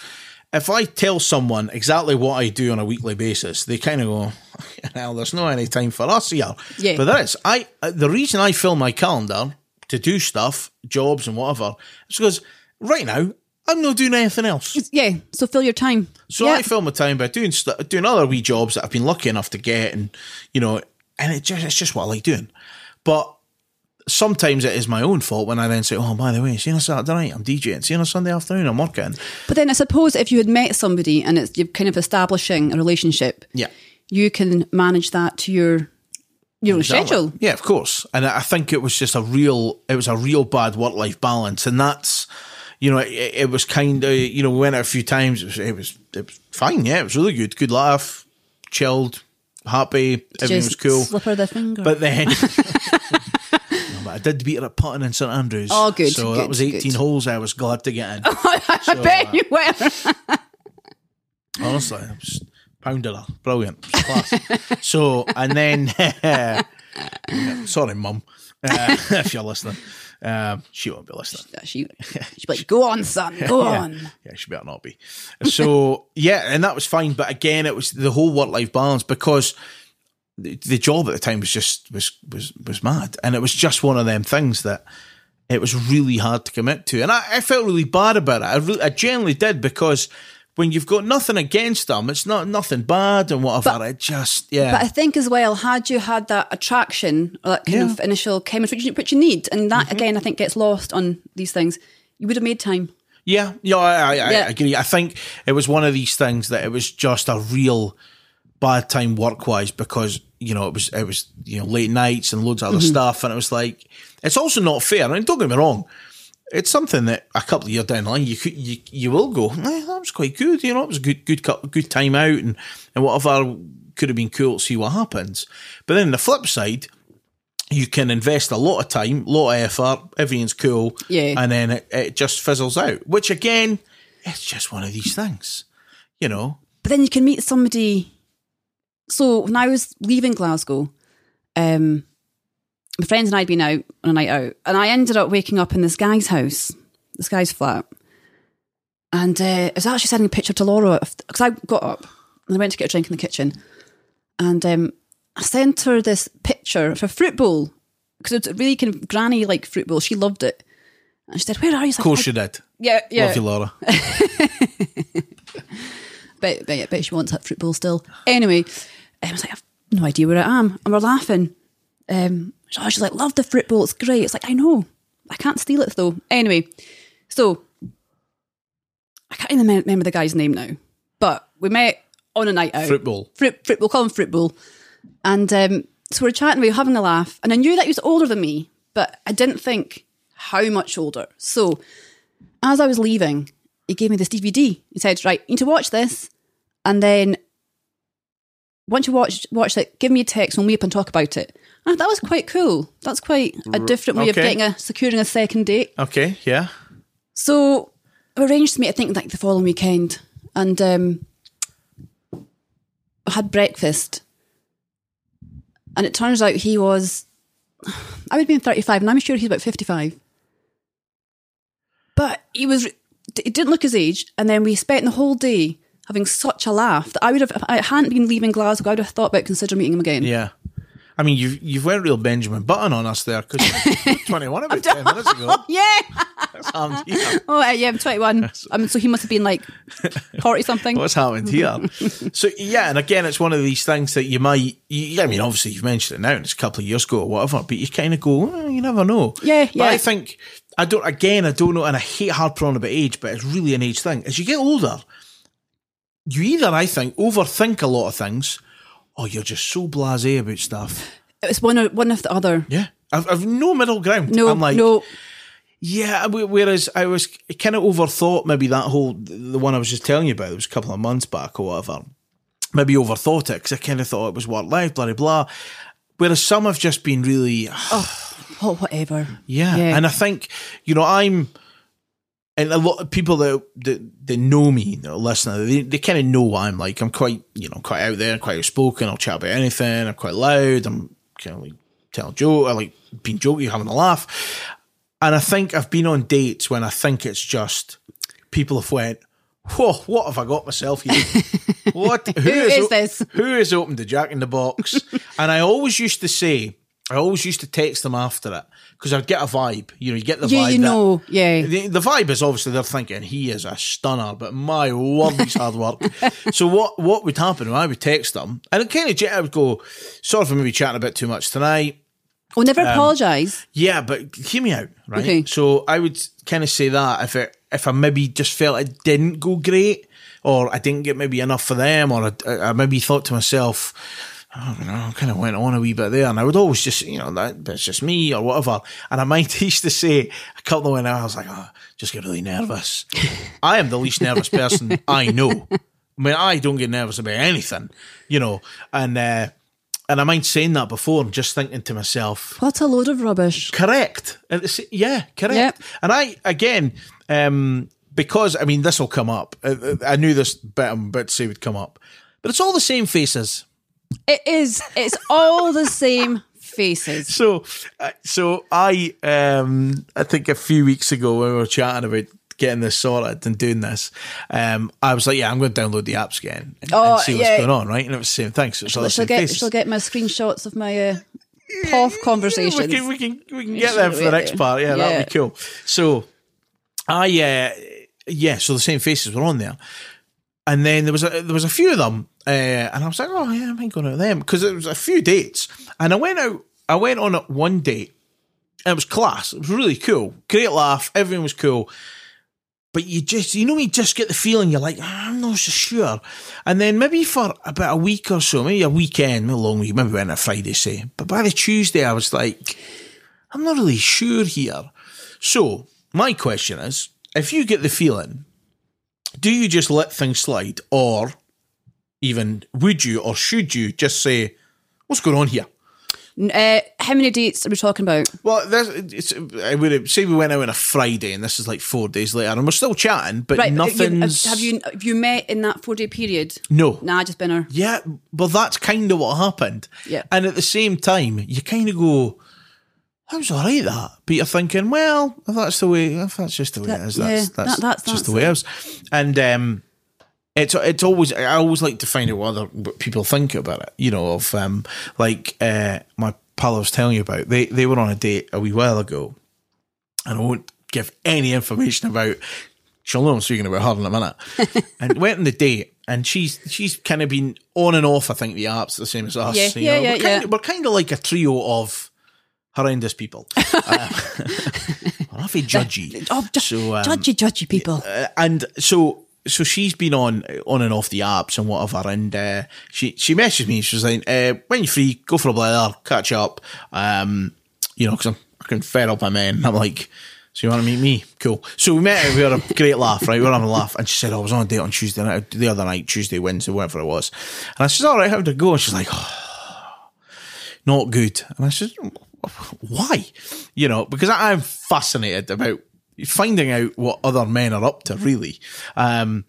B: if I tell someone exactly what I do on a weekly basis, they kind of go, *laughs* "Well, there's no any time for us here."
D: Yeah.
B: But there is. I uh, the reason I fill my calendar to do stuff, jobs and whatever, is because right now I'm not doing anything else.
D: Yeah, so fill your time.
B: So
D: yeah.
B: I fill my time by doing st- doing other wee jobs that I've been lucky enough to get, and you know, and it just it's just what I like doing. But sometimes it is my own fault when I then say, "Oh, by the way, see you on Saturday night, I'm DJing. See you on Sunday afternoon, I'm working."
D: but then I suppose if you had met somebody and it's you're kind of establishing a relationship,
B: Yeah,
D: you can manage that to your your own
B: Exactly.
D: schedule.
B: Yeah, of course. And I I think it was just a real, it was a real bad work life balance, and that's. You know, it, it was kind of you know we went out a few times. It was, it was it was fine. Yeah, it was really good. Good laugh, chilled, happy. Everything was
D: Just
B: cool.
D: Slip her the finger.
B: But
D: *laughs*
B: then. No, but I did beat her at putting in St Andrews.
D: Oh, good,
B: So
D: good, Oh.
B: that was 18
D: good.
B: holes I was glad to get in.
D: I bet
B: uh,
D: you were.
B: Honestly, I was pounded her. Brilliant. It was
D: *laughs*
B: class. so, and then. *laughs* sorry, mum, uh, *laughs* if you're listening. Um, she won't be listening.
D: She, *laughs* she'd be like, go on, son, go on.
B: *laughs* Yeah, she better not be. So *laughs* yeah, and that was fine. But again, it was the whole work life balance because the, the job at the time was just was was was mad, and it was just one of them things that it was really hard to commit to, and I, I felt really bad about it. I, really, I genuinely did because. When you've got nothing against them, it's not nothing bad and whatever. it just yeah,
D: But I think as well, had you had that attraction or that kind
B: Yeah. Mm-hmm.
D: of initial chemistry, which you, which you need, and that again, I think gets lost on these things, you would have made time.
B: Yeah, yeah, I, I,
D: Yeah.
B: I agree. I think it was one of these things that it was just a real bad time work wise because you know it was it was you know late nights and loads of other stuff, and it was like it's also not fair. And don't get me wrong, it's something that a couple of years down the line you could you you will go, "Eh, that was quite good. You know, it was a good good cou- good time out and and whatever could have been cool to see what happens. But then the flip side. You can invest a lot of time, a lot of effort, everything's cool,
D: Yeah.
B: and then it, it just fizzles out. Which again, it's just one of these things, you know.
D: But then you can meet somebody. So when I was leaving Glasgow, um, my friends and I had been out on a night out, and I ended up waking up in this guy's house, this guy's flat. And uh, I was actually sending a picture to Laura because I got up and I went to get a drink in the kitchen. And um, I sent her this picture of a fruit bowl because it's a really kind of granny like fruit bowl. She loved it. And she said, Where are you? I was
B: Of
D: like,
B: course you did.
D: Yeah, *laughs* yeah.
B: Love you, Laura.
D: But, but yeah, bet she wants that fruit bowl still. Anyway, um, I was like, I've no idea where I am. And we're laughing. Um, so she's like, love the fruit bowl. It's great. It's like, I know. I can't steal it though. Anyway, so I can't even me- remember the guy's name now, but we met on a night out.
B: Fruit bowl.
D: Fruit, fruit bowl. Call him fruit bowl. And um, so we're chatting, we were having a laugh. And I knew that he was older than me, but I didn't think how much older. So as I was leaving, he gave me this DVD. He said, right, you need to watch this. And then once you watch watch it, give me a text and we'll meet up and talk about it. And that was quite cool. That's quite a different way of
B: okay.
D: getting a securing a second date.
B: Okay, yeah.
D: So we arranged to meet, I think, like the following weekend, and um, I had breakfast. And it turns out he was, I would have been 35, and I'm sure he's about 55. But he was, it didn't look his age. And then we spent the whole day having such a laugh that I would have, if I hadn't been leaving Glasgow, I would have thought about considering meeting him again.
B: Yeah. I mean, you've you've went real Benjamin Button on us there because
D: *laughs*
B: twenty one about ten minutes ago.
D: Oh, yeah.
B: What's
D: *laughs*
B: happened here?
D: Oh, uh, yeah, I'm 21. I mean, so he must have been like
B: *laughs*
D: 40 *laughs* something.
B: What's happened here? so yeah, and again, it's one of these things that you might. You, I mean, obviously you've mentioned it now, and it's a couple of years ago or whatever. But you kind of go, "Oh, you never know.
D: Yeah,
B: but
D: yeah.
B: I think I don't. Again, I don't know, and I hate harping on about age, but it's really an age thing. As you get older, you either I think overthink a lot of things, or you're just so blasé about stuff.
D: *laughs* It was one of, one of the other.
B: Yeah. I've, I've no middle ground.
D: No,
B: I'm like,
D: no,
B: Yeah, wh- whereas I was kind of overthought maybe that whole the one I was just telling you about. It was a couple of months back or whatever. Maybe overthought it because I kind of thought it was work life, blah blah blah. Whereas some have just been really *sighs*
D: oh, whatever.
B: yeah.
D: Yeah.
B: And I think, you know, I'm, and a lot of people that that, that know me, that are listening, they, they kind of know what I'm like. I'm quite, you know, quite out there, quite outspoken. I'll chat about anything. I'm quite loud. I'm kind of like telling joke. I like being jokey, having a laugh. And I think I've been on dates when I think it's just people have went, Whoa, what have I got myself here?
D: *laughs*
B: What?
D: Who
B: has
D: is
B: o-
D: this?
B: Who has opened the Jack in the
D: *laughs*
B: Box? and I always used to say, I always used to text them after it because I'd get a vibe. You know, you get the
D: Yeah,
B: vibe.
D: you
B: that-
D: know, yeah.
B: The, the vibe is obviously they're thinking he is a stunner, but my word, he's hard
D: *laughs*
B: work. so what what would happen when I would text them? And it kind of I would go, sorry for maybe chatting a bit too much tonight.
D: Well, Oh,
B: Um,
D: never apologise.
B: Yeah, but hear me out, right?
D: Okay.
B: So I would kind of say that if it if I maybe just felt it didn't go great, or I didn't get maybe enough for them, or I, I maybe thought to myself, I don't know, I kind of went on a wee bit there, and I would always just you know that that's just me or whatever. And I might *laughs* used to say a couple of when I was like, oh, just get really nervous. I am the least nervous person I know. I mean, I don't get nervous about anything, you know, and. uh and I mind saying that before and just thinking to myself,
D: What a load of rubbish.
B: Correct. At the sa- Yeah, correct.
D: Yep.
B: And I again, um, because I mean, this will come up. I, I knew this bit I'm about to say would come up, but it's all the same faces.
D: It is. It's all the same faces.
B: So, uh, so I, um, I think a few weeks ago when we were chatting about getting this sorted and doing this, um, I was like, yeah, I'm going to download the apps again and, and
D: Oh,
B: see
D: yeah.
B: what's going on, right? And it was the same thing. So it's all the
D: She'll
B: same
D: get,
B: faces.
D: she'll get my screenshots of my uh, POF conversations.
B: We *laughs* can we can, we can get
D: should
B: them for the
D: wait
B: next
D: there.
B: part. Yeah,
D: Yeah.
B: that'd be cool. So I uh, yeah, so the same faces were on there, and then there was a there was a few of them, uh, and I was like, oh yeah, I might go out with them because it was a few dates, and I went out. I went on at one date. and It was class. It was really cool. Great laugh. Everyone was cool. But you just, you know, you just get the feeling you're like, "Ah, I'm not so sure. And then maybe for about a week or so, maybe a weekend, maybe a long week, maybe we went on a Friday, say. But by the Tuesday, I was like, I'm not really sure here. So, my question is if you get the feeling, do you just let things slide? Or even would you or should you just say, what's going on here?
D: N- uh, how many dates are we talking about?
B: Well, that's, it's, I would say we went out on a Friday and this is like four days later and we're still chatting, but
D: Right, but you- uh,
B: nothing's.
D: have you have you met in that four day period?
B: No.
D: Nah, just been her.
B: Yeah, well, that's kind of what happened.
D: Yeah.
B: And at the same time, you kind of go, that was all right, that. But you're thinking, well, if that's the way, if that's just the way
D: That-
B: it is,
D: yeah,
B: that's,
D: that-
B: that's,
D: that's-
B: just the
D: that's
B: way it is. And um, it's it's always, I always like to find out what other what people think about it, you know, of um, like uh, my pal I was telling you about, they, they were on a date a wee while ago and I won't give any information about. She'll know I'm speaking about her in a
D: *laughs*
B: minute. and went on the date, and she's she's kind of been on and off. I think the apps the same as us.
D: Yeah, yeah,
B: know.
D: yeah,
B: we're kind
D: yeah.
B: Of, we're kind of like a trio of horrendous
D: *laughs*
B: people. um, *laughs* we're awfully judgy.
D: Oh, ju-
B: So, um,
D: judgy, judgy people.
B: Uh, and so so she's been on on and off the apps and whatever and uh, she she messaged me she was like uh, when you free go for a blather catch up um you know because I'm fucking fed up my men and I'm like so you want to meet me cool so we met and we had a *laughs* great laugh right we were having a laugh and she said "Oh, I was on a date on Tuesday night the other night Tuesday Wednesday whatever it was and I said alright how did it go and she's like not good. And I said, why? You know, because I- I'm fascinated about finding out what other men are up to, really. Um,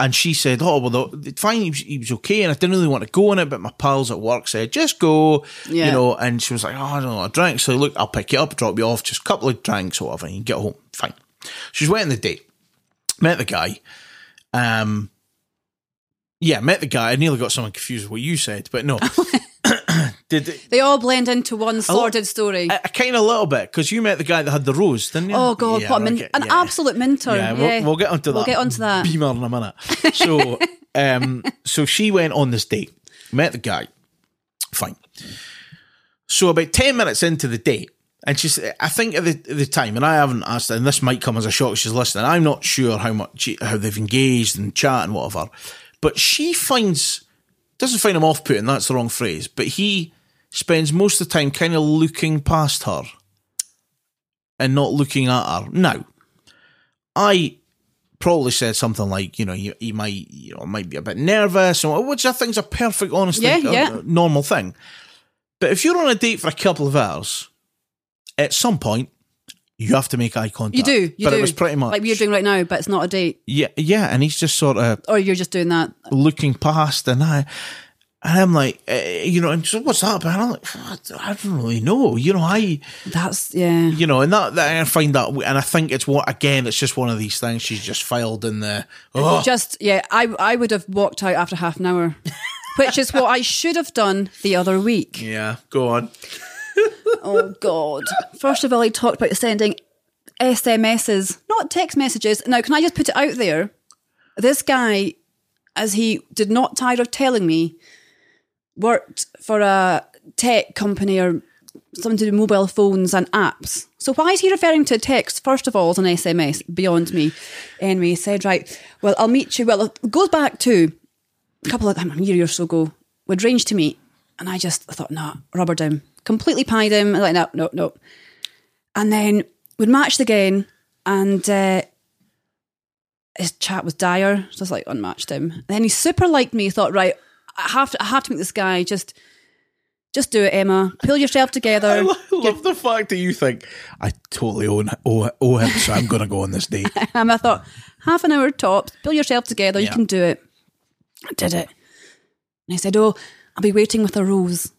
B: and she said, oh, well, the, fine, he was, he was okay. And I didn't really want to go on it, but my pals at work said, just go,
D: Yeah.
B: you know. And she was like, oh, I don't know, a drink. So look, I'll pick you up, drop you off, just a couple of drinks or whatever, and you get home. Fine. She's waiting the date. Met the guy. Um, yeah, met the guy. I nearly got someone confused with what you said, but no. *coughs* Did
D: They all blend into one sordid story.
B: a kind of little bit because you met the guy that had the rose, didn't you?
D: oh God,
B: Yeah,
D: what a min-
B: okay,
D: an
B: yeah.
D: absolute minter.
B: Yeah, We'll, we'll get onto that.
D: We'll get onto that.
B: Beamer in a minute.
D: *laughs*
B: So, um, so she went on this date, met the guy. Fine. So about ten minutes into the date, and she's, I think at the, at the time, and I haven't asked, her, and this might come as a shock. She's listening. I'm not sure how much she- how they've engaged and chat and whatever, but she finds doesn't find him off putting. That's the wrong phrase, but he spends most of the time kind of looking past her and not looking at her. Now, I probably said something like, you know, you, you might, you know, might be a bit nervous, or which I think is a perfect, honestly,
D: Yeah,
B: uh,
D: yeah.
B: normal thing. But if you're on a date for a couple of hours, at some point, you have to make eye contact.
D: you do. You
B: but
D: do.
B: it was pretty much
D: like we're doing right now, but it's not a date, Oh,
B: Yeah, yeah, and he's just sort of
D: or you're just doing that.
B: looking past, and I, And I'm like, eh, you know, and so what's that? And I'm like, "Ah, I don't really know. You know, I,
D: That's yeah.
B: you know, and that, that I find that, and I think it's what again, it's just one of these things. She's just filed in the oh,
D: Just yeah, I I would have walked out after half an hour, which is what I should have done the other week.
B: yeah. Go on.
D: Oh God! First of all, he talked about sending SMSs, not text messages. Now, can I just put it out there? This guy, as he did not tire of telling me, worked for a tech company or something to do with mobile phones and apps. So why is he referring to text first of all as an SMS? Beyond me. Anyway, he said, right, well, I'll meet you. Well, it goes back to a couple of a year or so ago, would range to meet, and I just thought, nah, rubber down. Completely pied him. I was like, no, no, no. And then we'd matched again, and uh, his chat was dire. So I was like, unmatched him. And then he super liked me. Thought, right, I have to, I have to meet this guy. Just, just do it, Emma. Pull yourself
B: I
D: together.
B: lo- love the fact that you think I totally own owe, owe him, so I'm gonna go on this date.
D: *laughs* And I thought, half an hour tops, pull yourself together, you
B: Yeah.
D: can do it. I did it. And I said, Oh, I'll be waiting with a rose. I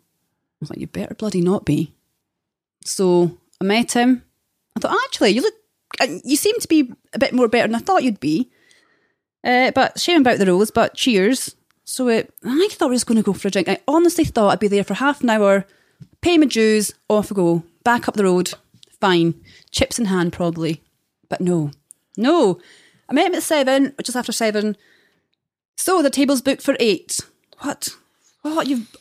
D: was like, You better bloody not be. So I met him. I thought, Actually, you look, uh, you seem to be a bit more better than I thought you'd be. Uh, but shame about the rose, but cheers. So it, I thought I was going to go for a drink. I honestly thought I'd be there for half an hour, pay my dues, off I go, back up the road, fine, chips in hand probably. But no, no. I met him at seven, just after seven. So the table's booked for eight. What? What? You've.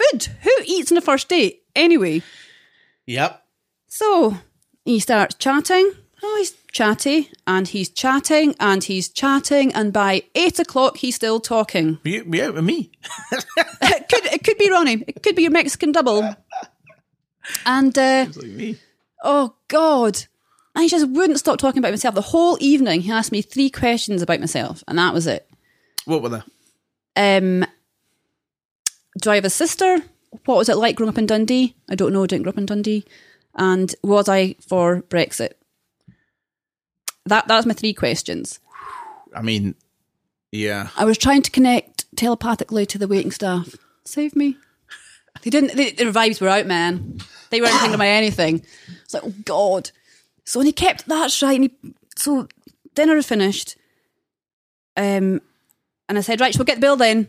D: Food! Who eats on a first date? Anyway.
B: *laughs* yep.
D: So he starts chatting. Oh, he's chatty, and he's chatting, and he's chatting, and by eight o'clock, he's still talking. *laughs*
B: You, yeah, with me.
D: It could, it could be Ronnie. It could be your Mexican double. And uh,
B: Like me.
D: oh god i just wouldn't stop talking about myself the whole evening he asked me three questions about myself and that was it
B: What were they?
D: um do i have a sister what was it like growing up in dundee i don't know I didn't grow up in dundee and was i for brexit that that was my three questions
B: I mean, yeah.
D: i was trying to connect telepathically to the waiting staff save me they didn't they, their vibes were out man they weren't thinking about anything it's like oh god So and he kept that's right. And he, so dinner had finished. Um, and I said, right, so we'll get the bill then.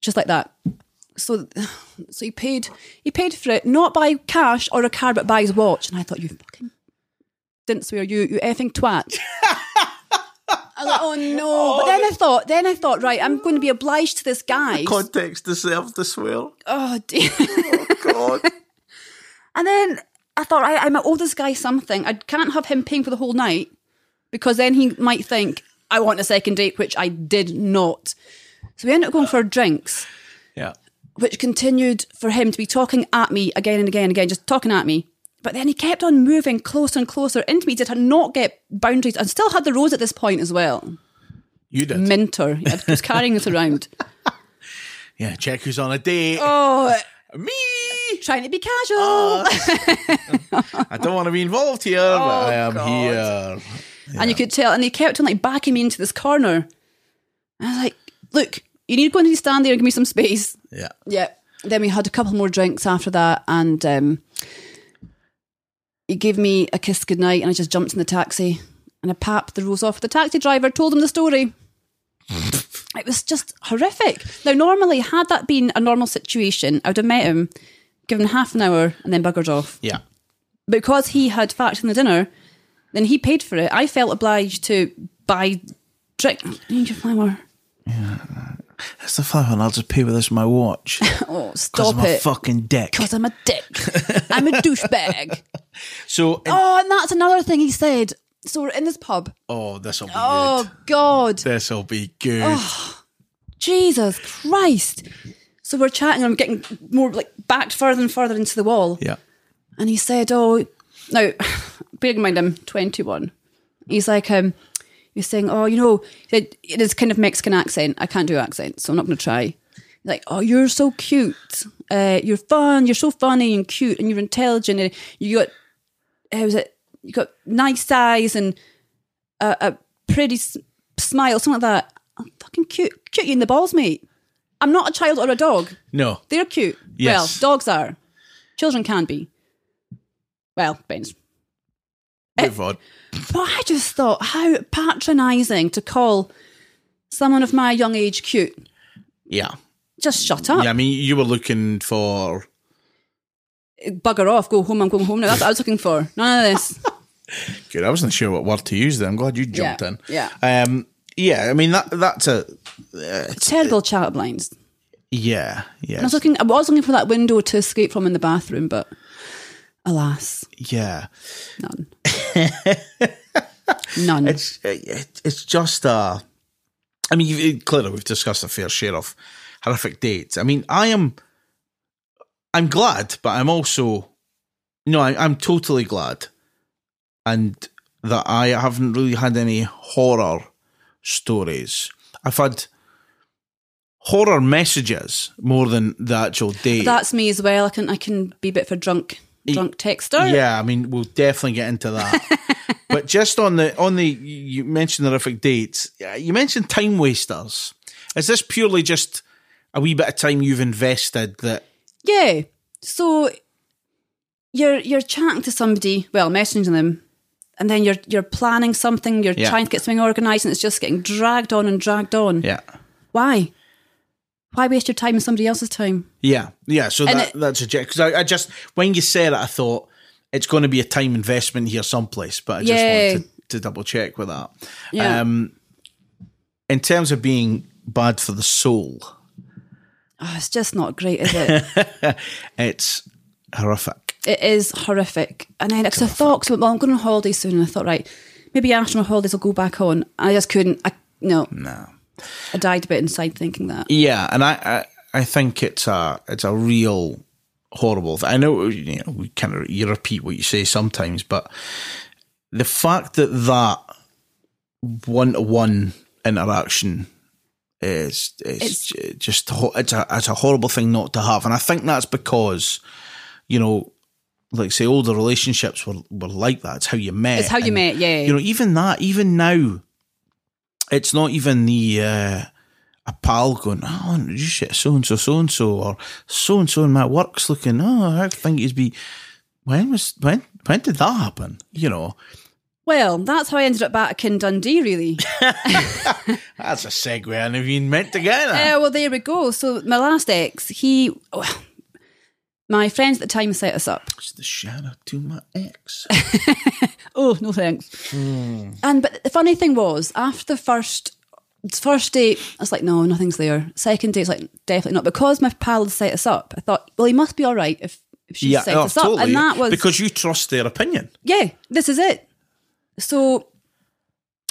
D: Just like that. So, so he paid. He paid for it not by cash or a card, but by his watch. And I thought, you fucking didn't swear, you you effing twat. I was like, oh no! But then I thought, then I thought, right, I'm going to be obliged to this guy.
B: Context deserved the swear.
D: Oh dear.
B: God.
D: And then I thought, I, I might owe this guy something. I can't have him paying for the whole night because then he might think I want a second date, which I did not. So we ended up going for drinks,
B: yeah.
D: which continued for him to be talking at me again and again and again, just talking at me. But then he kept on moving closer and closer into me. Did I not get boundaries? I still had the rose at this point as well.
B: You did.
D: Mentor. I was carrying it around.
B: yeah, check who's on a date.
D: Oh,
B: me.
D: trying to be casual.
B: I don't want to be involved here, but I am here.
D: and you could tell. And they kept on like backing me into this corner. And I was like, "Look, you need to go and stand there and give me some space."
B: Yeah.
D: Yeah. Then we had a couple more drinks after that, and um, he gave me a kiss goodnight, and I just jumped in the taxi and I papped the rose off the taxi driver, told him the story. it was just horrific. Now, normally, had that been a normal situation, I would have met him, given half an hour, and then buggered off
B: Yeah.
D: because he had facts in the dinner, then he paid for it. I felt obliged to buy drink. Need your flower.
B: That's the flower, and I'll just pay with this with my watch.
D: Oh,
B: Because I'm
D: *laughs* stop
B: a
D: it.
B: fucking dick.
D: Because I'm a dick. I'm
B: *laughs*
D: a douchebag.
B: So, in-
D: Oh, and that's another thing he said. So we're in this pub.
B: oh, this'll be
D: Oh,
B: good.
D: God.
B: This'll be good.
D: Jesus Christ. So we're chatting and I'm getting more like backed further and further into the wall.
B: Yeah.
D: And he said, Oh, now, *sighs* bear in mind, I'm 21. He's like, um, He's saying, Oh, you know, he said, it is kind of Mexican accent. I can't do accents, so I'm not going to try. He's like, Oh, you're so cute. Uh, you're fun. You're so funny and cute and you're intelligent. And you got, how was it? You got nice eyes and a, a pretty s- smile, something like that. I'm fucking cute. Cute you in the balls, mate. I'm not a child or a dog.
B: No.
D: They're cute.
B: Yes.
D: Well, dogs are. Children can be. Well, depends. Eh.
B: Move on.
D: But I just thought how patronising to call someone of my young age cute.
B: Yeah.
D: Just shut up.
B: Yeah, I mean, you were looking for.
D: Bugger off. Go home. I'm going home now. That's what I was looking for. None of this.
B: Good. I wasn't sure what word to use there. I'm glad you jumped
D: Yeah,
B: in.
D: yeah.
B: Um, yeah, I mean, that that's a.
D: *laughs* Terrible chat blinds.
B: Yeah.
D: I
B: Yeah.
D: was looking. I was looking for that window to escape from in the bathroom, but alas,
B: Yeah. *laughs*
D: none. none.
B: It's it, it's just uh I mean, you've, clearly we've discussed a fair share of horrific dates. I mean, I am, I'm glad, but I'm also, no, I, I'm totally glad, and that I haven't really had any horror stories. I've had horror messages more than the actual date.
D: That's me as well. I can I can be a bit of a drunk drunk texter.
B: Yeah, I mean, we'll definitely get into
D: *laughs*
B: that. but just on the on the you mentioned horrific dates. uh, You mentioned time wasters. Is this purely just a wee bit of time you've invested that?
D: Yeah. So you're you're chatting to somebody, well, messaging them, and then you're you're planning something, you're
B: Yeah.
D: trying to get something organised, and it's just getting dragged on and dragged on.
B: Yeah,
D: Why? Why waste your time in somebody else's time?
B: yeah, yeah. So
D: And
B: that,
D: it-
B: that's a because I, I just when you said it, I thought it's going to be a time investment here someplace, but I just
D: Yeah.
B: wanted to, to double check with that.
D: Yeah.
B: Um, in terms of being bad for the soul,
D: Oh, it's just not great, is
B: *laughs*
D: it?
B: it's horrific.
D: it is horrific. And then because I thought, 'cause, well, I'm going on holiday soon, and I thought, right, maybe after my holidays I'll go back on. I just couldn't. I no,
B: No.
D: I died a bit inside thinking that.
B: Yeah, and I, I I think it's a it's a real horrible. Th- I know you know we kind of you repeat what you say sometimes, but the fact that that one to one interaction is
D: It's-
B: is ju- just ho- it's a it's a horrible thing not to have, and I think that's because you know. Like say, older relationships were, were like that. It's how you met.
D: It's how you
B: and,
D: met, yeah.
B: You know, even that, even now, it's not even the uh, a pal going, oh, you shit, so and so, so and so, or so and so in my work's looking, oh, I think he's be. When was when when did that happen? You know,
D: Well, that's how I ended up back in Dundee, really.
B: that's a segue, and have you meant to get
D: Yeah,
B: that?
D: Uh, well, there we go. So my last ex, he, well, my friends at the time set us up.
B: It's the shadow to my
D: *laughs*
B: ex.
D: Oh no, thanks.
B: Hmm.
D: And but the funny thing was, after the first first date, I was like, no, nothing's there. Second date, it's like definitely not because my pal had set us up. I thought, well, he must be all right if if she
B: yeah,
D: set
B: oh,
D: us
B: totally.
D: up, and that was
B: because you trust their opinion.
D: yeah, this is it. So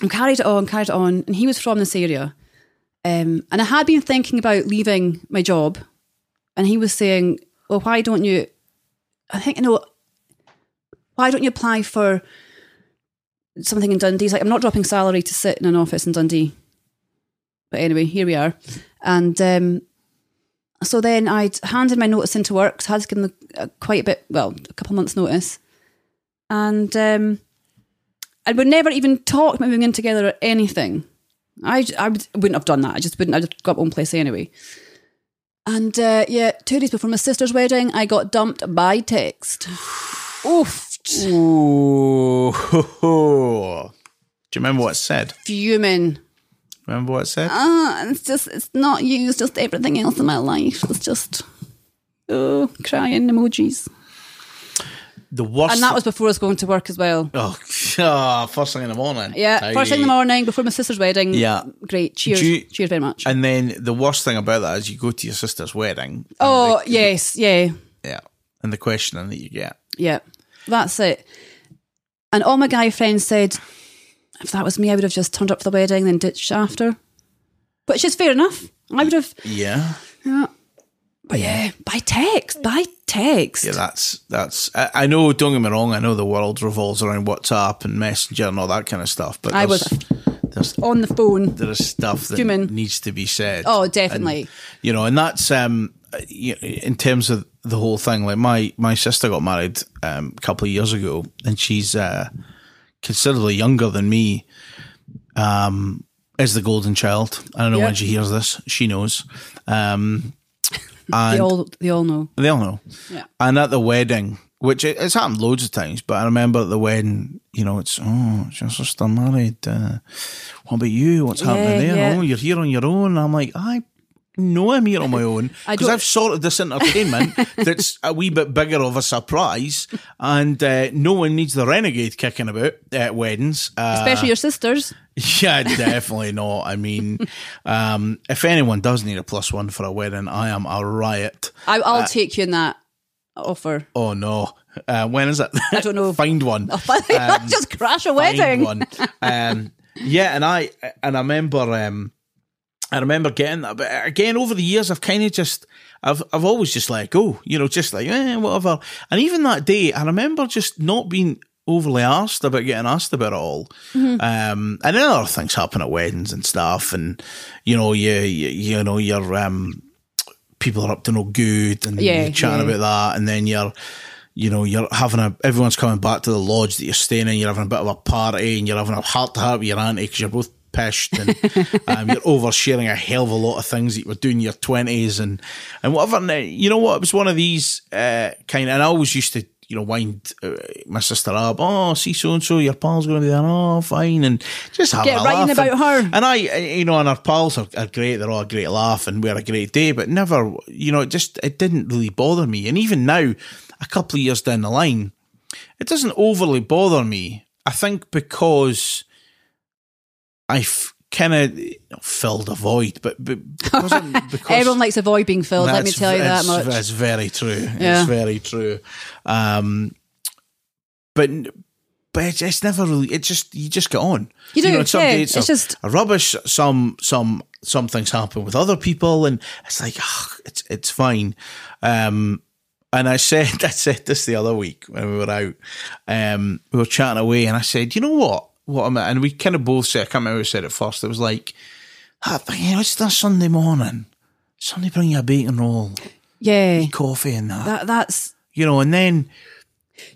D: I carried it on, carried it on, and he was from this area. Um, and I had been thinking about leaving my job, and he was saying, Well, why don't you? I think, you know, why don't you apply for something in Dundee? He's like, I'm not dropping salary to sit in an office in Dundee. But anyway, here we are. And um, so then I'd handed my notice into work, so I had to give them uh, quite a bit, well, a couple months' notice and um, I would never even talk about moving in together or anything. I, I would, wouldn't have done that. I just wouldn't. I just got my own place anyway. And uh, yeah, two days before my sister's wedding, I got dumped by
B: *sighs*
D: text. Oof,
B: *laughs* Ooh, ho, ho. do you remember what it said?
D: fuming.
B: Remember what it said?
D: Ah, it's just, it's not you. It's just everything else in my life. It's just, oh, crying emojis.
B: the worst.
D: And that was before I was going to work as well.
B: oh, *laughs* ah, first thing in the morning.
D: Yeah, first thing in the
B: Aye.
D: morning before my sister's wedding.
B: Yeah.
D: great. Cheers.
B: Do you-
D: Cheers very much.
B: And then the worst thing about that is you go to your sister's wedding. and
D: oh
B: the-
D: yes, yeah.
B: yeah, and the questioning that you get.
D: Yeah, that's it. And all my guy friends said, if that was me, I would have just turned up for the wedding and ditched after. Which is fair enough. I would have.
B: Yeah,
D: Yeah. But yeah, by text, by text.
B: yeah, that's that's. I, I know. Don't get me wrong. I know the world revolves around WhatsApp and Messenger and all that kind of stuff. But
D: I
B: there's,
D: was-
B: there's
D: On the phone.
B: there is stuff that
D: Human.
B: needs to be said.
D: Oh, definitely.
B: And, you know, and that's um, you know, in terms of the whole thing. Like my my sister got married um, a couple of years ago, and she's uh, considerably younger than me. Um, is the golden child. I don't know
D: Yeah.
B: when she hears this. She knows. Um, and
D: they all they all know.
B: they all know.
D: Yeah.
B: And at the wedding, which it, it's happened loads of times, but I remember at the wedding, you know, it's oh, it's your sister married. Uh, what about you? What's happening
D: Yeah,
B: there?
D: yeah.
B: Oh, you're here on your own. I'm like, I know I'm here on my own
D: *laughs* I
B: because
D: don't-
B: I've sorted this
D: *laughs*
B: entertainment that's a wee bit bigger of a surprise, and uh, no one needs the renegade kicking about at weddings. Uh, *laughs*
D: Especially your sisters.
B: yeah, definitely not. I mean, um, if anyone does need a plus one for a wedding, I am a riot.
D: I, I'll take you in that offer. *laughs*
B: Oh no! Uh, when is it? I
D: don't
B: *laughs*
D: know.
B: find
D: *laughs*
B: one. Um,
D: just crash a
B: Find
D: wedding.
B: one. Um, yeah, and I and I remember. Um, I remember getting that, but again, over the years, I've kind of just, I've, I've always just let it go, you know, just like, eh, whatever. And even that day, I remember just not being overly asked about getting asked about it all.
D: Mm-hmm.
B: Um, and then other things happen at weddings and stuff, and you know, you, you, you know, your um, people are up to no good, and
D: Yeah,
B: you're chatting
D: yeah.
B: about that, and then you're. You know, you're having a, everyone's coming back to the lodge that you're staying in, you're having a bit of a party and you're having a heart to heart with your auntie because you're both pished
D: *laughs*
B: and um, you're oversharing a hell of a lot of things that you were doing in your twenties and and whatever. And, uh, you know what? It was one of these uh, kind. And I always used to. You know, wind uh, my sister up. Oh, see so and so, your pal's going to be there. Oh, fine, and just have
D: Get
B: a
D: writing
B: laugh. And-
D: about her.
B: And I, uh, you know, and our pals are, are great. They're all a great laugh, and we're a great day. But never, you know, it just it didn't really bother me. And even now, a couple of years down the line, it doesn't overly bother me. I think because I've kind of filled a void, but, but because,
D: *laughs*
B: I'm, because
D: Everyone likes a void being filled. Let me
B: that's-
D: tell you that
B: it's-
D: much.
B: It's very true.
D: Yeah.
B: It's very true. Um, but but it's, it's never really. It just you just get on.
D: You do,
B: know, and some
D: yeah.
B: dates
D: It's
B: are-
D: just-
B: are rubbish. Some some some things happen with other people, and it's like ah, it's it's fine. Um, and I said *laughs* I said this the other week when we were out. Um, we were chatting away, and I said, you know what? What am I? And we kind of both said, I can't remember who said it first. It was like, ah, but, you know, it's that Sunday morning. Somebody bring you a bacon roll,
D: yeah.
B: coffee, and that.
D: That, that's.
B: You know, and then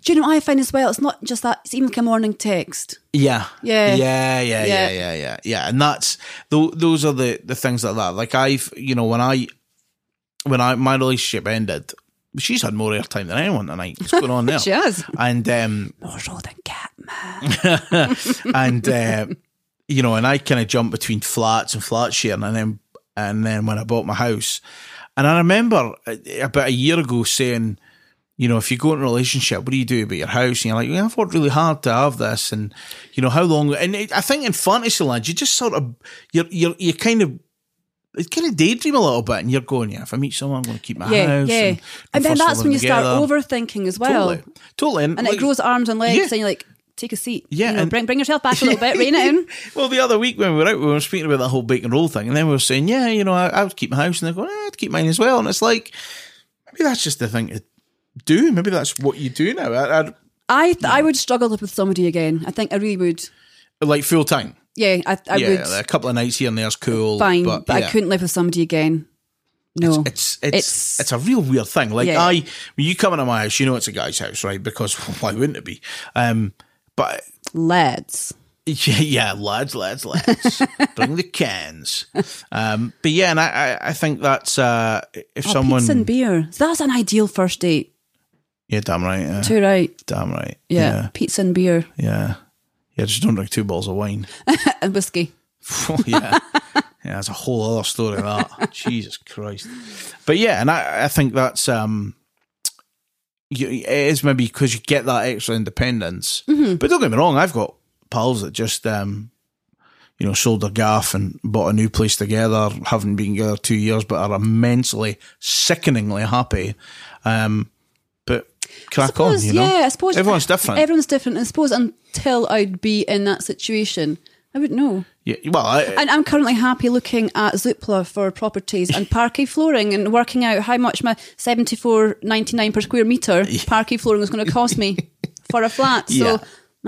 D: Do you know what I find as well? It's not just that. It's even like a morning text.
B: yeah,
D: Yeah.
B: yeah, yeah, yeah,
D: Yeah.
B: yeah, yeah, yeah. And that's tho- those are the the things like that. Like I've you know when I when I my relationship ended, she's had more airtime than anyone tonight. What's going
D: *laughs*
B: on there?
D: She has.
B: And um
D: More so than Catman.
B: *laughs* and uh, you know, and I kind of jumped between flats and flat sharing, and then and then when I bought my house, and I remember uh, about a year ago saying, you know, if you go in a relationship, what do you do about your house? And you're like, well, I've worked really hard to have this, and you know, how long? And it, I think in fantasy land, you just sort of you're you're you kind of. It kind of daydream a little bit, and you're going, yeah. If I meet someone, I'm going to keep my
D: Yeah,
B: house.
D: yeah. And, then that's when you start overthinking as well.
B: Totally, totally,
D: And it grows arms and legs,
B: Yeah.
D: and you're like, take a seat.
B: Yeah,
D: You know,
B: and-
D: bring, bring
B: *laughs*
D: yourself back a little bit, rein it in.
B: Well, the other week when we were out, we were speaking about that whole bacon roll thing, and then we were saying, yeah, you know, I, I would keep my house, and they're going, eh, I'd keep mine as well. And it's like, maybe that's just the thing to do. Maybe that's what you do now, I, I'd-
D: I th- I would struggle with somebody again. I think I really would.
B: like full time.
D: Yeah, I, I
B: yeah, a
D: would.
B: couple of nights here and there's cool.
D: fine, but,
B: yeah.
D: I couldn't live with somebody again. No,
B: It's it's it's,
D: It's-
B: a real weird thing. Like
D: Yeah.
B: I, when you come into my house, you know it's a guy's house, right? Because *laughs* why wouldn't it be? Um, but
D: lads. Oh,
B: *laughs* Yeah, yeah, lads, lads,
D: *laughs*
B: lads, bring the cans. Um, but yeah, and I, I, I think that's uh, if
D: Oh,
B: someone,
D: pizza and beer. That's an ideal first date.
B: yeah, damn right, yeah,
D: Too right.
B: damn right,
D: Yeah, pizza and beer Uh,
B: yeah, yeah, Yeah, Just don't drink two bottles of wine.
D: and whiskey.
B: *laughs* yeah, yeah, that's a whole other story.
D: *laughs*
B: That Jesus Christ. But yeah, and I, I think that's um, you, it is maybe because you get that extra independence.
D: Mm-hmm.
B: But don't get me wrong, I've got pals that just um, you know, sold their gaff and bought a new place together, haven't been together two years, but are immensely, sickeningly happy. Um, but crack
D: Suppose-
B: on, you know.
D: Yeah, I suppose uh,
B: everyone's different.
D: Everyone's different. I suppose until I'd be in that situation, I wouldn't know.
B: yeah, well, I,
D: And I'm currently happy looking at Zoopla for properties and parquet flooring and working out how much my 74.99 per square
B: *laughs*
D: meter parquet flooring is going to cost me for a flat. So
B: Yeah.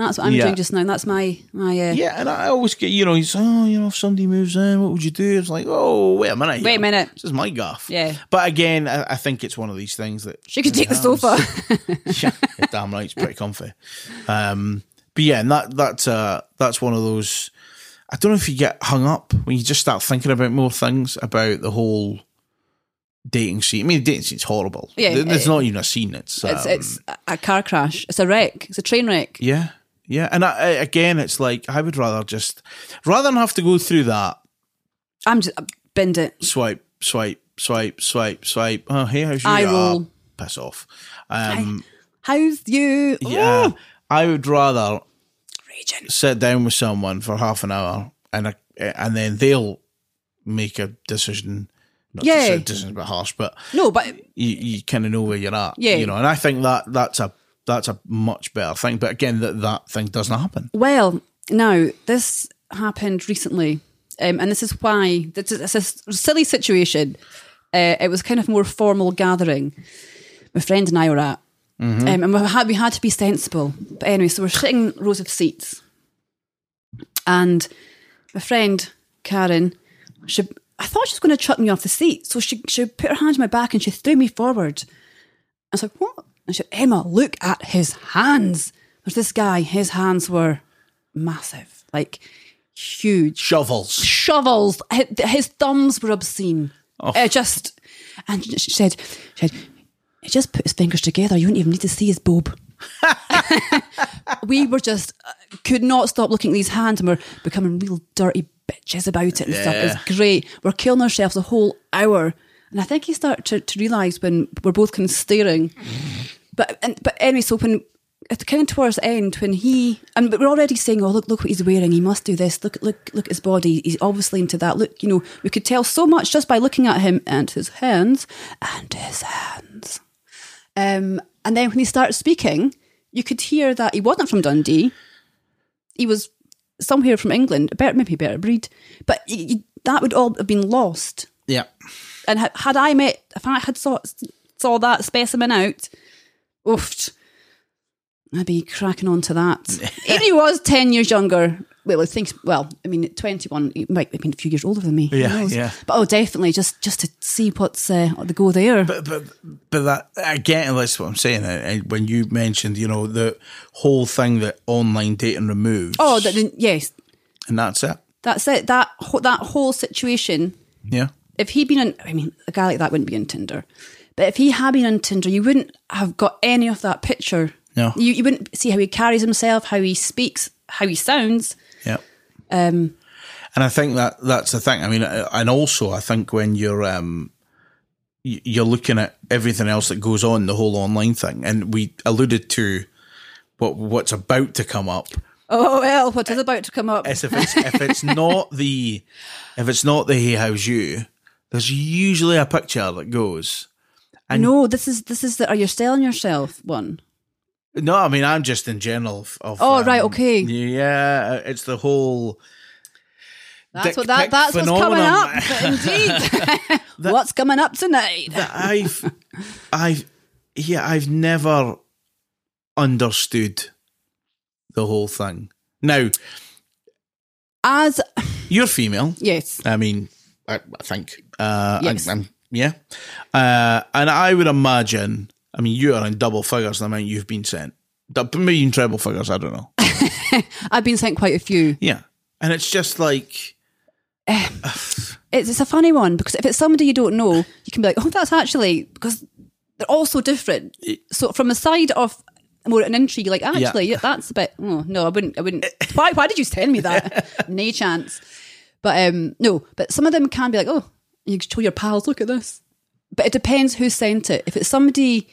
D: that's what I'm
B: Yeah.
D: doing just now. That's my my uh,
B: Yeah, and I always get, you know, he's, oh, you know, if somebody moves in, what would you do? It's like, oh, wait a minute.
D: Wait a
B: here.
D: minute.
B: This is my gaff.
D: Yeah.
B: But again, I, I think it's one of these things that.
D: She could take the
B: Yeah, Um,
D: sofa.
B: *laughs* yeah, damn right, it's pretty comfy. Um, but yeah, and that, that's, uh, that's one of those. I I don't know if you get hung up when you just start thinking about more things about the whole dating scene. I mean, the dating scene's horrible.
D: Yeah,
B: There- there's
D: it-
B: not even a scene. It's
D: *laughs* It's
B: um,
D: it's a- a car crash. It's a wreck. It's a train wreck.
B: yeah, yeah. And I, I, again, it's like I would rather just rather than have to go through that
D: I'm just bend it.
B: swipe, swipe, swipe, swipe, swipe. Oh, hey, how's your
D: Eye
B: Ah,
D: roll.
B: Piss off. Um,
D: How's you?
B: yeah,
D: Ooh,
B: I would rather
D: raging.
B: sit down with someone for half an hour and I, and then they'll make a decision. Not
D: Yeah.
B: decision, decision's a bit harsh, but
D: No, but
B: you, you kind of know where you're at.
D: Yeah.
B: you know, and I think that that's a that's a much better thing. But again, that that thing doesn't happen.
D: Well, now this happened recently, um, and this is why this is- it's a s- silly situation. Uh, it was kind of more formal gathering. My friend and I were at, um, and we had we had to be sensible. But anyway, so we're sitting rows of seats, and my friend Karen, she I thought she was going to chuck me off the seat, so she she put her hand on my back and she threw me forward. I was like, what? And she said, Emma, look at his hands. There's this guy, his hands were massive, like huge.
B: Shovels.
D: Shovels. Hi- His thumbs were obscene. It just, and she said, she said, he just put his fingers together. You wouldn't even need to see his boob. we were just, uh, could not stop looking at these hands and we're becoming real dirty bitches about it and stuff. It's great. We're killing ourselves a whole hour. And I think he started to, to realise when we're both kind of staring but and, but anyway, so when it's kind of towards the end when he and but we're already saying, oh look, look what he's wearing. He must do this. Look, look, look at his body. He's obviously into that. Look, you know, we could tell so much just by looking at him and his hands and his hands. Um, and then when he started speaking, you could hear that he wasn't from Dundee. He was somewhere from England, a better, maybe a better breed. But y y that would all have been lost
B: Yeah.
D: and ha- had I met, if I had saw saw that specimen out, oof, I'd be cracking on
B: *laughs*
D: to that. if he was ten years younger, well, I think, well, I mean, at twenty-one, he might have been a few years older than me. who
B: Yeah,
D: knows?
B: yeah.
D: But oh, definitely, just just to see what's uh, the go there.
B: But, but but that again, that's what I'm saying. I- I- When you mentioned, you know, the whole thing that online dating removes,
D: oh, that, then- yes,
B: and that's it.
D: that's it. That wh- that whole situation.
B: Yeah,
D: If he'd been on, I mean, a guy like that wouldn't be on Tinder. But if he had been on Tinder, you wouldn't have got any of that picture.
B: No.
D: You, you wouldn't see how he carries himself, how he speaks, how he sounds.
B: yeah.
D: Um,
B: And I think that that's the thing. I mean, uh, and also I think when you're um, y- you're looking at everything else that goes on, the whole online thing, and we alluded to what what's about to come up.
D: oh well, what is about to come up?
B: Uh, It's if it's if
D: *laughs*
B: it's not the if it's not the hey how's you, there's usually a picture that goes.
D: no, this is this is the are you selling yourself one?
B: No, I mean I'm just in general of. of um,
D: Oh, right, okay.
B: Yeah, uh, it's the
D: *laughs*
B: whole.
D: That's
B: Dick
D: what that
B: pic
D: that's
B: phenomenon.
D: what's
B: *laughs*
D: coming up. Indeed, what's coming up tonight?
B: I've, I've, yeah, I've never understood the whole thing. Now
D: As
B: you're female.
D: yes,
B: I mean, I, I think. Uh, I-
D: Yes.
B: I'm- yeah, uh, and I would imagine. I mean, you are in double figures the amount you've been sent. Dou- Maybe in treble figures. I don't know.
D: I've been sent quite a few.
B: Yeah, and it's just like
D: It's it's a funny one because if it's somebody you don't know, you can be like, oh, that's actually because they're all so different. So from a side of more an intrigue, you're like actually, yeah. that's a bit. Oh, no, I wouldn't. I wouldn't. Why? Why did you send me that? no chance. But um, no. But some of them can be like, oh, you can show your pals. Look at this. But it depends who sent it. If it's somebody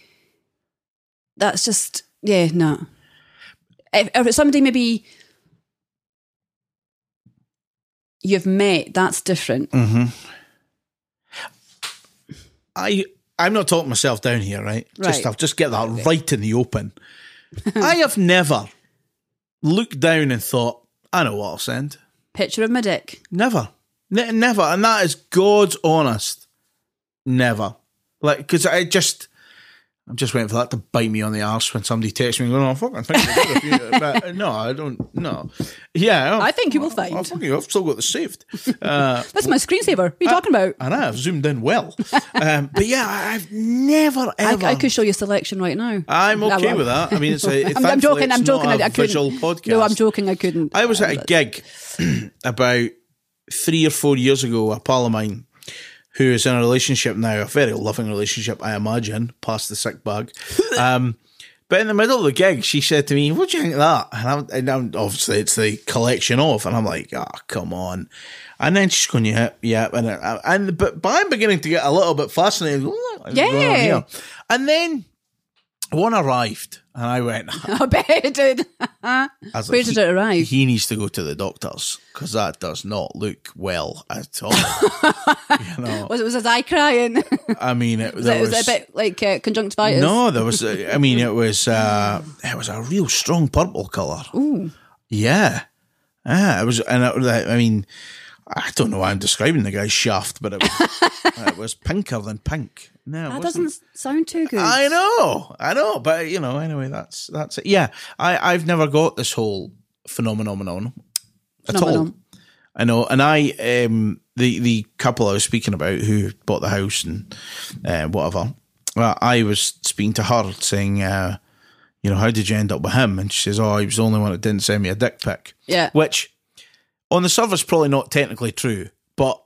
D: that's just yeah, no. If, if it's somebody maybe you've met, that's different.
B: I I'm not talking myself down here, right? Just
D: Right.
B: I'll just get that right in the
D: *laughs*
B: open. I have never looked down and thought, I know what I'll send.
D: Picture of my dick.
B: Never, ne- never, and that is God's honest. Never, like because I just I'm just waiting for that to bite me on the arse when somebody texts me going, "Oh, fucking think I did a few," but uh, no, I don't. No, yeah, oh,
D: I think you will
B: I, I
D: find.
B: fucking, I've still got this
D: *laughs*
B: saved. Uh,
D: That's my screensaver. What are you talking about?
B: I know I've zoomed in
D: *laughs*
B: well, um, but yeah, I, I've never
D: I,
B: ever.
D: I could show you a selection right now.
B: I'm
D: I
B: okay
D: will.
B: with that. I mean, it's a,
D: *laughs* I'm, I'm joking. I'm joking. I, I couldn't.
B: visual podcast.
D: No, I'm joking. I couldn't.
B: I was at a
D: But-
B: gig *clears throat* about three or four years ago. A pal of mine who is in a relationship now, a very loving relationship, I imagine, past the sick bag. Um, but in the middle of the gig, she said to me, "What do you think of that?" And I'm, and I'm obviously it's the collection of, and I'm like, "Ah, come on." And then she's going, "Yeah, yeah," and I- and but, but I'm beginning to get a little bit fascinated. "What is going on
D: Yeah.
B: here?" And then one arrived, and I went,
D: *laughs* I bet it did.
B: I was like,
D: Where did it arrive?
B: he needs to go to the doctors because that does not look well at
D: *laughs*
B: all. you know,
D: Was it was his eye crying? *laughs* was,
B: I mean, it,
D: it,
B: Oh. there was,
D: was it a bit like uh, conjunctivitis?
B: no, there was. I mean, it was. Uh, it was a real strong purple color. Ooh, yeah, yeah. It was, and it, I mean, I don't know why I'm describing the guy's shaft, but it
D: *laughs*
B: was, it was pinker than pink. No, it
D: that
B: wasn't.
D: doesn't s- sound too good.
B: I know, I know, but you know, anyway, that's that's it. Yeah, I I've never got this whole phenomenon at all.
D: Phenomenon.
B: I know, and I um the the couple I was speaking about who bought the house and uh, whatever. Well, I was speaking to her saying, uh, you know, how did you end up with him? And she says, oh, he was the only one that didn't send me a dick pic.
D: Yeah.
B: Which, on the surface, probably not technically true, but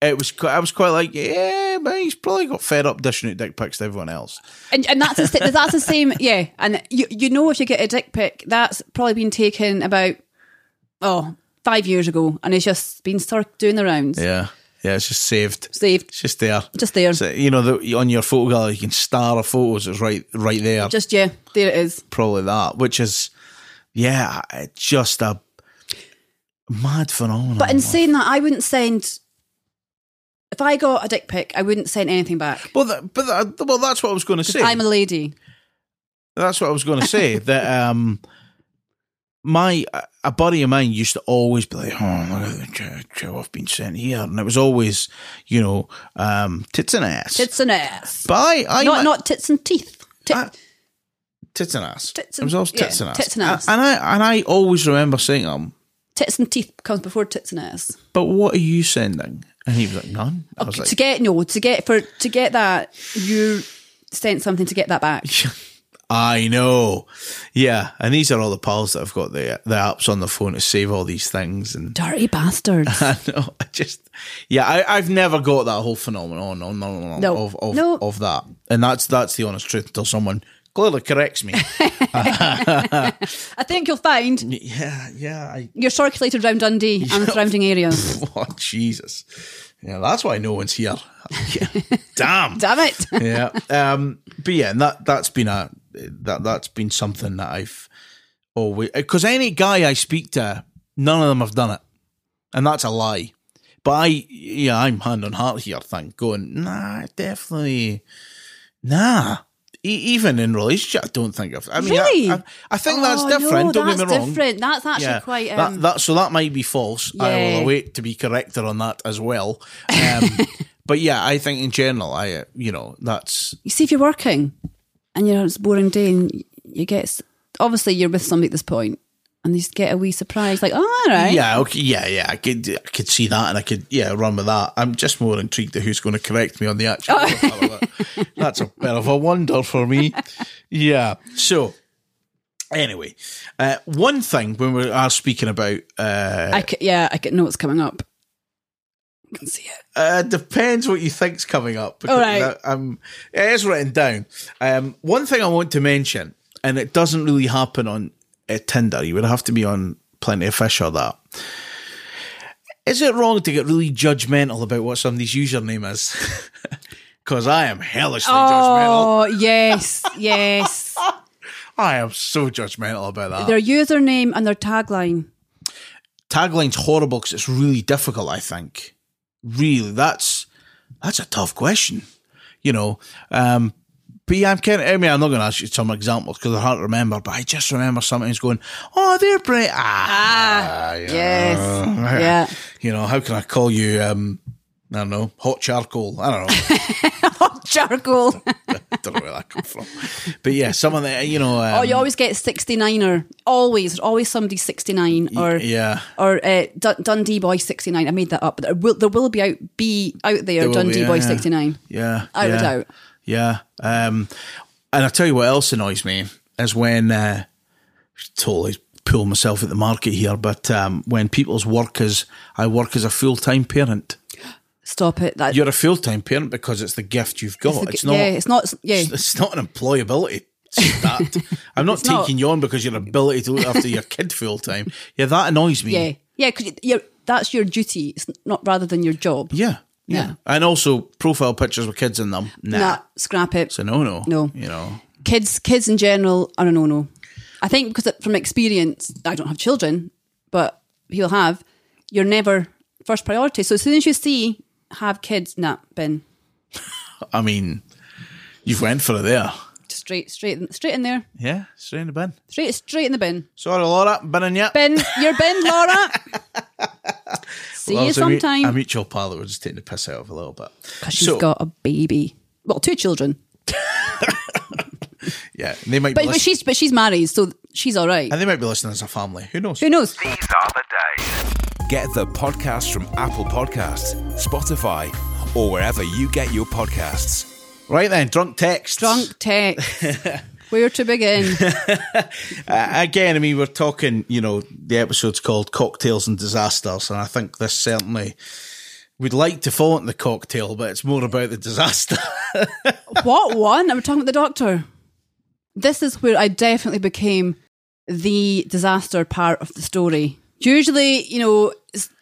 B: it was. qu- I was quite like, yeah, but he's probably got fed up dishing out dick pics to everyone else.
D: And, and that's the,
B: *laughs*
D: sta- that's the same, yeah. And you you know if you get a dick pic, that's probably been taken about oh five years ago, and it's just been start doing the rounds.
B: Yeah, yeah, it's just saved.
D: Saved,
B: It's just there.
D: just there,
B: So, you know, the, on your photo gallery, you can star of photos. It's right, right there.
D: just yeah, there it is.
B: probably that, which is, yeah, it's just a mad phenomenon.
D: But in saying that, I wouldn't send. If I got a dick pic, I wouldn't send anything back.
B: well, that, but that, well, that's what I was going to say.
D: I'm a lady.
B: That's what I was going
D: *laughs*
B: to say. that um, my a buddy of mine used to always be like, "Oh, look at the jo- Joe, I've been sent here," and it was always, you know, um, tits and ass.
D: Tits and ass.
B: but I, I
D: not
B: ma-
D: not tits and teeth. Tit-
B: I- tits and ass.
D: Tits
B: it was
D: and-
B: always tits
D: yeah,
B: and ass.
D: tits and ass.
B: And I and I always remember saying to him,
D: tits and teeth comes before tits and ass.
B: "But what are you sending?" And he was like, "None." I was
D: Okay,
B: like,
D: to get no, to get for to get that you sent something to get that back.
B: *laughs* I know. Yeah. And these are all the pals that have got the the apps on their phone to save all these things. And *laughs*
D: Dirty bastards.
B: I know. I just, yeah, I, I've never got that whole phenomenon on, on, on,
D: No.
B: of, of,
D: No.
B: of that. And that's that's the honest truth until someone clearly corrects me.
D: *laughs*
B: *laughs*
D: I think you'll find
B: yeah. Yeah. I,
D: you're circulated round Dundee
B: *laughs*
D: and the surrounding areas.
B: oh, Jesus. Yeah. That's why no one's here. *laughs* Yeah. Damn. *laughs*
D: Damn it.
B: yeah. Um, but yeah, and that that's been a that that's been something that I've always because any guy I speak to, none of them have done it, and that's a lie. But I, yeah, I'm hand on heart here, thing going. Nah, definitely, nah. E- even in relationship, I don't think I've. I mean, I-
D: Really?
B: I, I think that's
D: Oh,
B: different.
D: no,
B: don't
D: that's
B: get me wrong.
D: Different. That's actually quite. Um,
B: that, that, so that might be false. I
D: Yeah.
B: will await to be corrected on that as well. Um,
D: *laughs*
B: but yeah, I think in general, I uh, you know that's
D: you see, if you're working and you're on a boring day and y- you get s- obviously you're with somebody at this point and you just get a wee surprise like, oh, all right.
B: yeah okay yeah yeah I could I could see that and I could yeah run with that. I'm just more intrigued at who's going to correct me on the actual.
D: Oh.
B: profile of it. That's a bit of a wonder for me. Yeah. So anyway, uh, one thing when we are speaking about uh,
D: I c- yeah, I can know what's coming up. I can see it.
B: Uh, depends what you think's coming up. Because
D: All right.
B: that- um, it is written down. Um, one thing I want to mention, and it doesn't really happen on uh, Tinder. You would have to be on Plenty of Fish or that. Is it wrong to get really judgmental about what somebody's username is? *laughs* Because I am hellishly judgmental.
D: Oh, yes,
B: *laughs*
D: yes.
B: I am so judgmental about that.
D: their username and
B: *laughs*
D: their tagline.
B: Tagline's horrible because it's really difficult. I think, really, that's that's a tough question. You know, um, but yeah, I'm kind of. I mean, I'm not going to ask you some examples because they're hard to remember. But I just remember sometimes going, "Oh, they're Brit." Ah, yeah. *laughs*
D: Yes. yeah.
B: You know, *laughs* how can I call you? Um, I don't know, hot charcoal. I don't know.
D: charcoal.
B: don't know where that come from. But yeah, some of the you know. Um,
D: oh, you always get 69er. Always. There's always somebody 69 or
B: yeah.
D: or uh, Dun- Dundee Boy 69. I made that up. But there will, there will be out be out there,
B: There will be,
D: Dundee Boy
B: yeah.
D: 69.
B: Yeah.
D: Out
B: yeah,
D: of doubt.
B: Yeah. Um, and I'll tell you what else annoys me is when, uh, totally pull myself at the market here, but um, when people's work is, I work as a full time parent.
D: Stop it. That,
B: You're a full time parent because it's the gift you've got. Oh, It's,
D: it's
B: not.
D: yeah, it's not. Yeah.
B: It's, it's not an employability.
D: *laughs*
B: stat. I'm not
D: not.
B: taking you on because your ability to look after your kid full time. Yeah, that annoys me.
D: yeah. Yeah. Because you're, that's your duty. It's not rather than your job.
B: Yeah. Yeah.
D: Yeah.
B: And also profile pictures with kids in them. Nah.
D: Nah, scrap it.
B: It's a no no.
D: No.
B: You know.
D: kids kids in general are a no no. I think because it- from experience, I don't have children, but people have. You're never first priority. So as soon as you see have kids, nah, bin
B: I mean you've went for it there.
D: straight straight in- straight in there,
B: Yeah, straight in the bin.
D: straight straight in the bin.
B: Sorry, Laura, binning yet.
D: Bin, you're
B: *laughs*
D: bin, Laura. see you
B: A
D: sometime
B: mutual pal that was just taking the piss out of a little bit.
D: because she's got a baby. Well, two children,
B: Yeah, and they might
D: but
B: be
D: but
B: listening,
D: she's but she's married, so she's all right.
B: and they might be listening as a family. Who knows?
D: Who knows?
C: These are the days.
A: Get the podcast from Apple Podcasts, Spotify, or wherever you get your podcasts.
B: Right then, drunk text.
D: Drunk tech. Where to begin?
B: Uh, again, I mean, we're talking, you know, the episode's called Cocktails and Disasters, and I think this certainly we'd like to fall into the cocktail, but it's more about the disaster.
D: what one? I'm talking about the doctor. This is where I definitely became the disaster part of the story. Usually, you know, it's the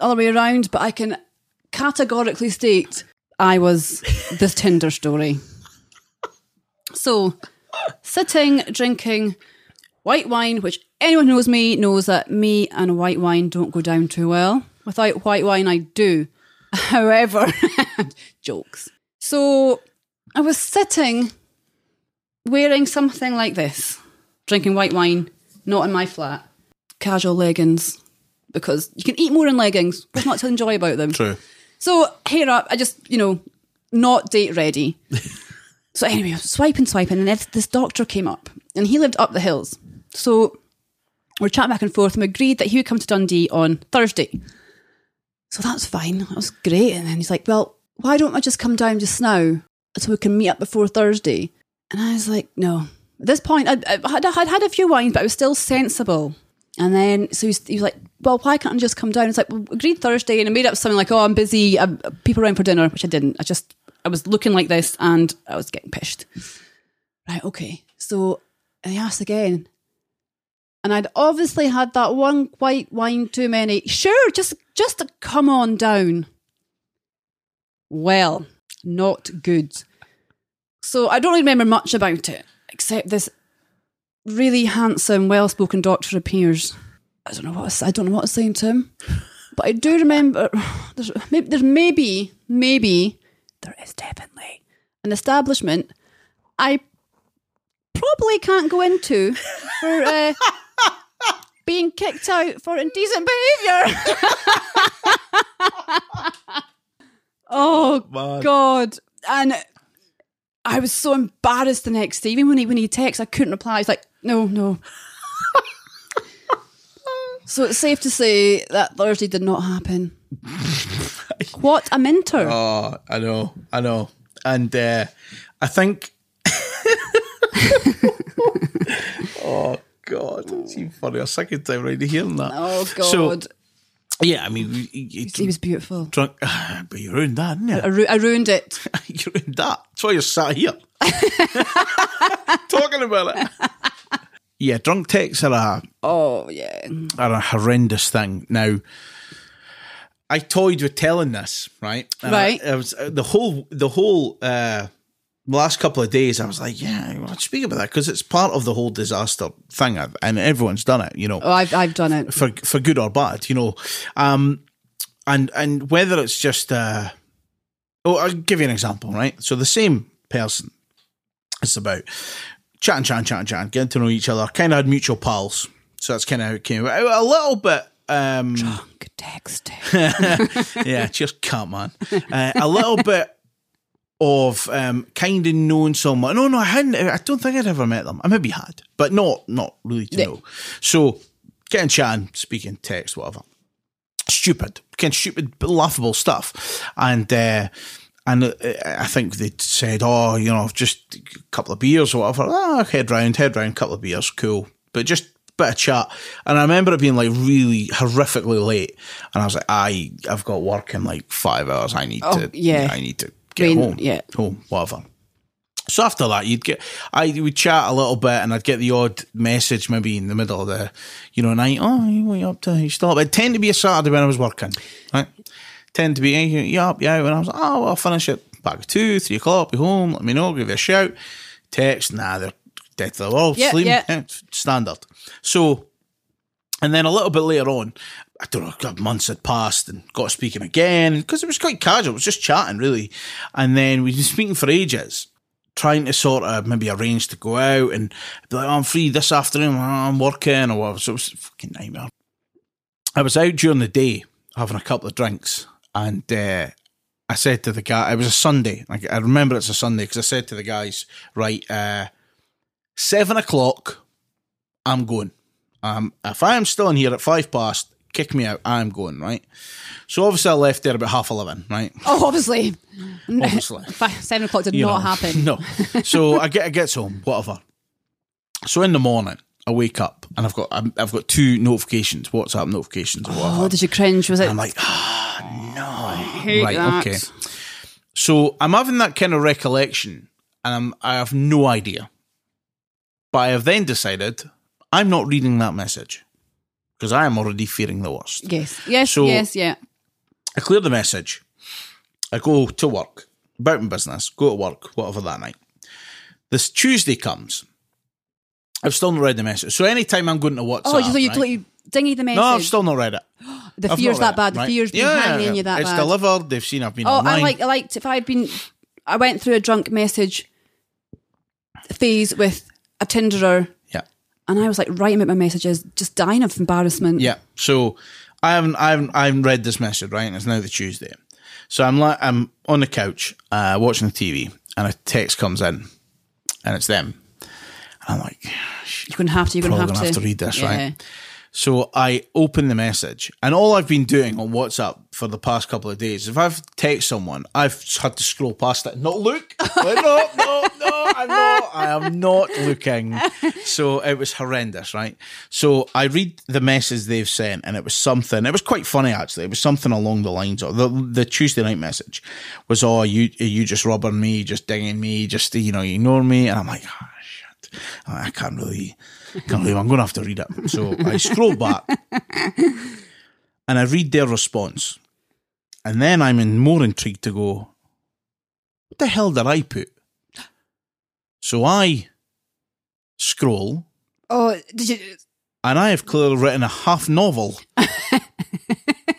D: other way around, but I can categorically state I was this Tinder story. So, sitting, drinking white wine, which anyone who knows me knows that me and white wine don't go down too well. Without white wine, I do. *laughs* However, *laughs* jokes. So I was sitting wearing something like this, drinking white wine, not in my flat, casual leggings, because you can eat more in leggings. What's not to enjoy about them?
B: *laughs* True.
D: So hair up, I just, you know, not date ready. so anyway, I was swiping, swiping, and this, this doctor came up and he lived up the hills. So we're chatting back and forth and we agreed that he would come to Dundee on Thursday. So that's fine. That was great. And then he's like, Well, why don't I just come down just now so we can meet up before Thursday? And I was like, No. At this point, I'd, I'd, had- I'd had a few wines, but I was still sensible. And then, so he's, he was like, Well, why can't I just come down? It's like, Well, we agreed Thursday. And I made up something like, Oh, I'm busy. I'm, people around for dinner, which I didn't. I just, I was looking like this and I was getting pissed. Right. Okay. So, and he asked again. And I'd obviously had that one white wine too many. Sure, just just come on down. Well, not good. So I don't really remember much about it, except this really handsome, well-spoken doctor appears. I don't know what I, s- I don't know what I was saying to him, but I do remember. *sighs* There's maybe, there's maybe, maybe there is definitely an establishment I probably can't go into for uh, being kicked out for indecent behaviour. *laughs* oh God! And I was so embarrassed the next day. Even when he when he texts, I couldn't reply. He's like, "No, no." so it's safe to say that Thursday did not happen. what a mentor!
B: Oh, I know, I know, and uh, I think. *laughs* oh God, it's even funny. A second time already hearing that.
D: oh God,
B: So, yeah, I mean, you- you- you
D: he was beautiful.
B: drunk, *sighs* but you ruined that, didn't you?
D: I, ru- I ruined
B: *laughs*
D: it.
B: You're in that. That's why you're sat
D: *laughs*
B: here. Talking about it. Yeah, drunk texts are a,
D: Oh yeah.
B: are a horrendous thing. Now, I toyed with telling this, right? And I-
D: Right.
B: I, was uh, the whole the whole uh, last couple of days. I was like, yeah, I want to speak about that because it's part of the whole disaster thing, I've- and everyone's done it. You know,
D: Oh, I've I've done it.
B: for for good or bad, you know. Um, and and whether it's just uh, oh, I'll give you an example, right? So the same person, it's about chatting, chatting, chatting, chatting, getting to know each other. Kind of had mutual pals, so that's kind of how it came. about. A little bit. Um,
D: Good text. Oh,
B: yeah, just come on. Uh, a little bit of um, kind of knowing someone. No, no, I hadn't. I don't think I'd ever met them. I maybe had, but not not really to
D: Yeah.
B: know. So getting chatting, speaking, text, whatever. Stupid, kind of stupid, laughable stuff, and. Uh, and uh, I think they said, "Oh, you know, just a couple of beers or whatever." Ah, head round, head round, couple of beers, cool. But just bit of chat. And I remember it being like really horrifically late, and I was like, "I, I've got work in like five hours. I need
D: Oh,
B: to,
D: yeah.
B: I need to get
D: Rain-
B: home,
D: yeah.
B: home, whatever." So after that, you'd get I would chat a little bit, and I'd get the odd message maybe in the middle of the, you know, night. Oh, you- what you up to? You still up? It tend to be a Saturday when I was working, right? Tend to be "Hey, you you up, you out, and I was like, oh, well, I'll finish it back at two, three o'clock. Be home. Let me know. Give you a shout. Text. Nah, they're dead to the world.
D: Yeah,
B: sleeping.
D: yeah.
B: it's *laughs* Standard. So and then a little bit later on, I don't know, God, months had passed and got speaking again because it was quite casual. It was just chatting, really. And then we'd been speaking for ages, trying to sort of maybe arrange to go out and be like, "Oh, I'm free this afternoon, Oh, I'm working or whatever. So it was a fucking nightmare. I was out during the day having a couple of drinks and uh, I said to the guy, it was a Sunday. Like, I remember it's a Sunday because I said to the guys, right, uh, seven o'clock, I'm going. Um, if I am still in here at five past, kick me out. I'm going, right? So obviously I left there about half 11, right?
D: Oh, obviously.
B: *laughs* Obviously.
D: *laughs* Five, seven o'clock did
B: You
D: not
B: know, *laughs*
D: happen.
B: No. So I get I gets home, whatever. So in the morning, I wake up and I've got I'm, I've got two notifications, WhatsApp notifications or whatever.
D: Oh, did you cringe? Was it?
B: I'm like, ah, no.
D: hate
B: right,
D: that.
B: okay. So I'm having that kind of recollection, and I'm I have no idea. But I have then decided I'm not reading that message because I am already fearing the worst.
D: yes, yes,
B: So-
D: yes, yeah.
B: I clear the message. I go to work, about my business, go to work, whatever that night. This Tuesday comes. I've still not read the message. So anytime I'm going to WhatsApp,
D: Oh, you thought you
B: right?
D: thought you dingy the message.
B: no, I've still not read it.
D: the
B: I've
D: fear's
B: not read
D: that
B: it,
D: bad. The
B: right?
D: fear's been hanging in you that
B: it's
D: bad.
B: delivered. They've seen I've been
D: Oh,
B: online.
D: I like I liked if I had been. I went through a drunk message phase with a Tinderer,
B: yeah,
D: and I was like writing out my messages, just dying of embarrassment.
B: yeah. So I haven't, I haven't, I haven't read this message. Right, and it's now the Tuesday. So I'm like, I'm on the couch uh, watching the TV, and a text comes in, and it's them. And I'm like,
D: you're gonna have to. You're gonna
B: probably
D: have,
B: gonna
D: to.
B: have to read this,
D: Yeah.
B: right? So I open the message, and all I've been doing on WhatsApp for the past couple of days, if I've text someone, I've had to scroll past it, not look. *laughs* Like, no, no, no, I'm not. I am not looking. So it was horrendous, right? So I read the message they've sent, and it was something. It was quite funny actually. It was something along the lines of the, the Tuesday night message was, "Oh, you you just rubbing me, just dinging me, just you know, you ignore me," and I'm like. "Ah, shit. I can't really, can't really. I'm going to have to read it. So I scroll back and I read their response. And then I'm in more intrigued to go, what the hell did I put? So I scroll
D: Oh, did you?
B: and I have clearly written a half novel,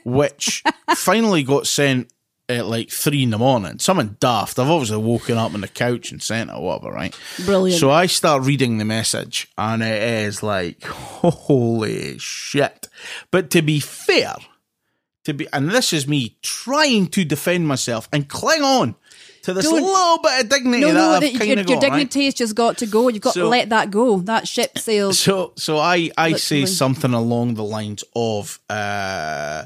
B: which finally got sent at like three in the morning. Someone daft. I've obviously woken up on the couch and sent it or whatever, right?
D: Brilliant.
B: So I start reading the message, and it is like, holy shit. But to be fair, to be, and this is me trying to defend myself and cling on to this
D: Don't-
B: little bit of dignity
D: No,
B: that
D: no,
B: I've
D: that-
B: kind
D: your,
B: of
D: your
B: got. right?
D: dignity has just got to go. You've got
B: So-
D: to let that go. That ship sailed.
B: So, so I, I say
D: Literally.
B: something along the lines of, uh,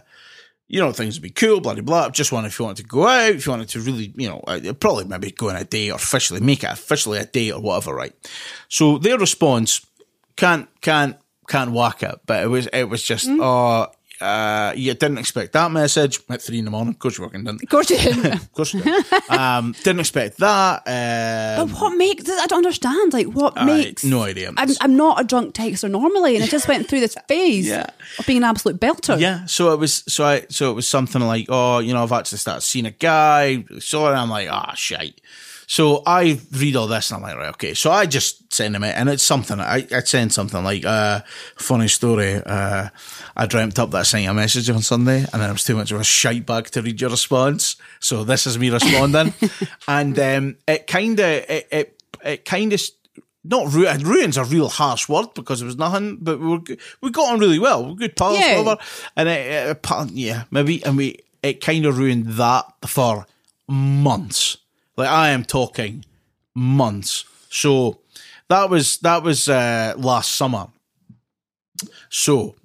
B: you know, things would be cool, bloody blah. Just one if you wanted to go out, if you wanted to really, you know, uh, probably maybe go on a date or officially make it officially a date or whatever, right? So their response can't, can't, can't whack it, but it was, it was just,
D: Hmm?
B: oh, uh, you didn't expect that message at three in the morning. *laughs* Of course you fucking didn't.
D: Of *laughs* course you didn't.
B: Of course you did. um, didn't expect
D: *laughs*
B: that. Uh,
D: but what makes? I don't understand. Like what makes?
B: no idea.
D: I'm, I'm not a drunk texter normally, and I just went
B: *laughs*
D: through this phase
B: Yeah.
D: of being an absolute belter.
B: Yeah, so it was so I so it was something like, oh, you know, I've actually started seeing a guy, so I'm like, ah, shite. So I read all this and I'm like, right, okay. So I just send him it, and it's something. I I send something like, uh, funny story. Uh, I dreamt up that I sent you a message on Sunday, and then I was too much of a shite bag to read your response. So this is me responding, and um, it kind of it it, it kind of not ru- ruins a real harsh word because it was nothing, but we were g- we got on really well. We were good pals,
D: Yeah.
B: whatever. And it, it- it, pa- yeah, maybe, and we it kind of ruined that for months. Like I am talking months. So that was that was uh, last summer. So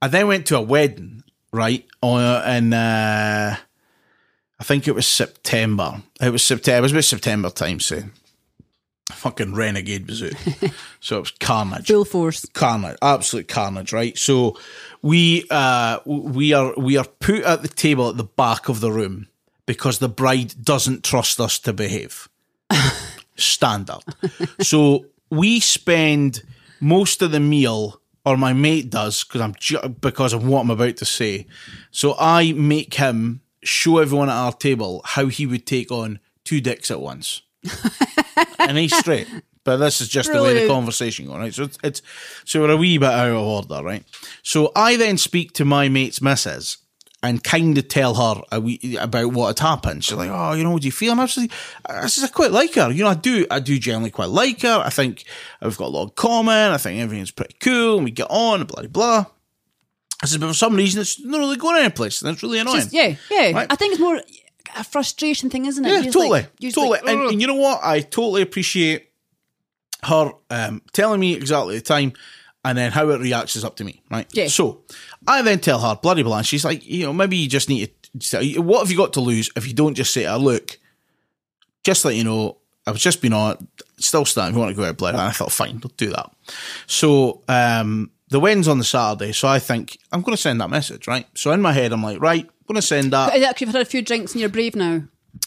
B: I then went to a wedding, right? On in uh, I think it was September. It was September. It was about September time, so fucking renegade was
D: *laughs*
B: it. so it was carnage
D: Full force.
B: carnage, absolute carnage, right? So we uh we are we are put at the table at the back of the room because the bride doesn't trust us to behave. Standard. so we spend most of the meal, or my mate does, because I'm ju- because of what I'm about to say. So I make him show everyone at our table how he would take on two dicks at once and he's straight. But this is just the way the
D: Brilliant.
B: conversation goes, right? So it's, it's so we're a wee bit out of order, right? So I then speak to my mate's missus and kind of tell her a wee, about what had happened. She's like, "Oh, you know, do you feel?" I'm absolutely. I says, "I quite like her. You know, I do. I do generally quite like her. I think I've got a lot in common. I think everything's pretty cool, and we get on, and blah blah." blah. I said, but for some reason, it's not really going anyplace, and it's really annoying.
D: Just, yeah, yeah.
B: Right.
D: I think it's more a frustration thing, isn't it?
B: Yeah,
D: You're just
B: totally,
D: like- you're just
B: totally.
D: like,
B: and,
D: "Ugh."
B: and you know what? I totally appreciate her um, telling me exactly the time, and then how it reacts is up to me, right?
D: Yeah.
B: So I then tell her bloody blah, and she's like, you know, maybe you just need to. What have you got to lose if you don't just say, to her, look, just let you know, I've just been on, still standing. If you want to go out, blah, blah. And I thought, fine, we'll do that. So um, the wind's on the Saturday, so I think I'm going to send that message, right? So in my head, I'm like, right, going to send that.
D: But actually, you've had a few drinks and you're brave now.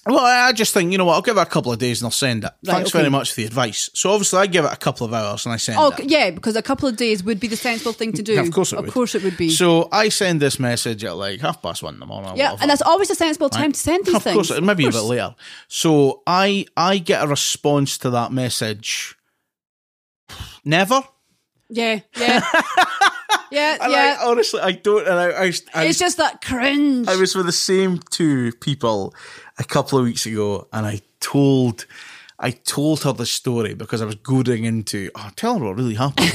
B: Well, I I just think, you know what, I'll give it a couple of days and I'll send it.
D: Right,
B: Thanks
D: okay.
B: very much for the advice. So obviously I give it a couple of hours and I send
D: Oh,
B: it.
D: yeah, because a couple of days would be the sensible thing to do.
B: Yeah, of course it
D: of
B: would.
D: course it would be.
B: So I send this message at like half past one in the morning. or
D: yeah,
B: whatever.
D: and that's always a sensible time to send these
B: of
D: things.
B: course, it maybe a
D: Of
B: bit
D: course.
B: later. So I I get a response to that message. *sighs* Never. *laughs*
D: Yeah, yeah, yeah,
B: And
D: yeah.
B: I, honestly, I don't. And I, I, I,
D: it's just that cringe.
B: I was with the same two people a couple of weeks ago, and I told. I told her the story because I was goading into, oh, tell her what really
D: *laughs*
B: happened.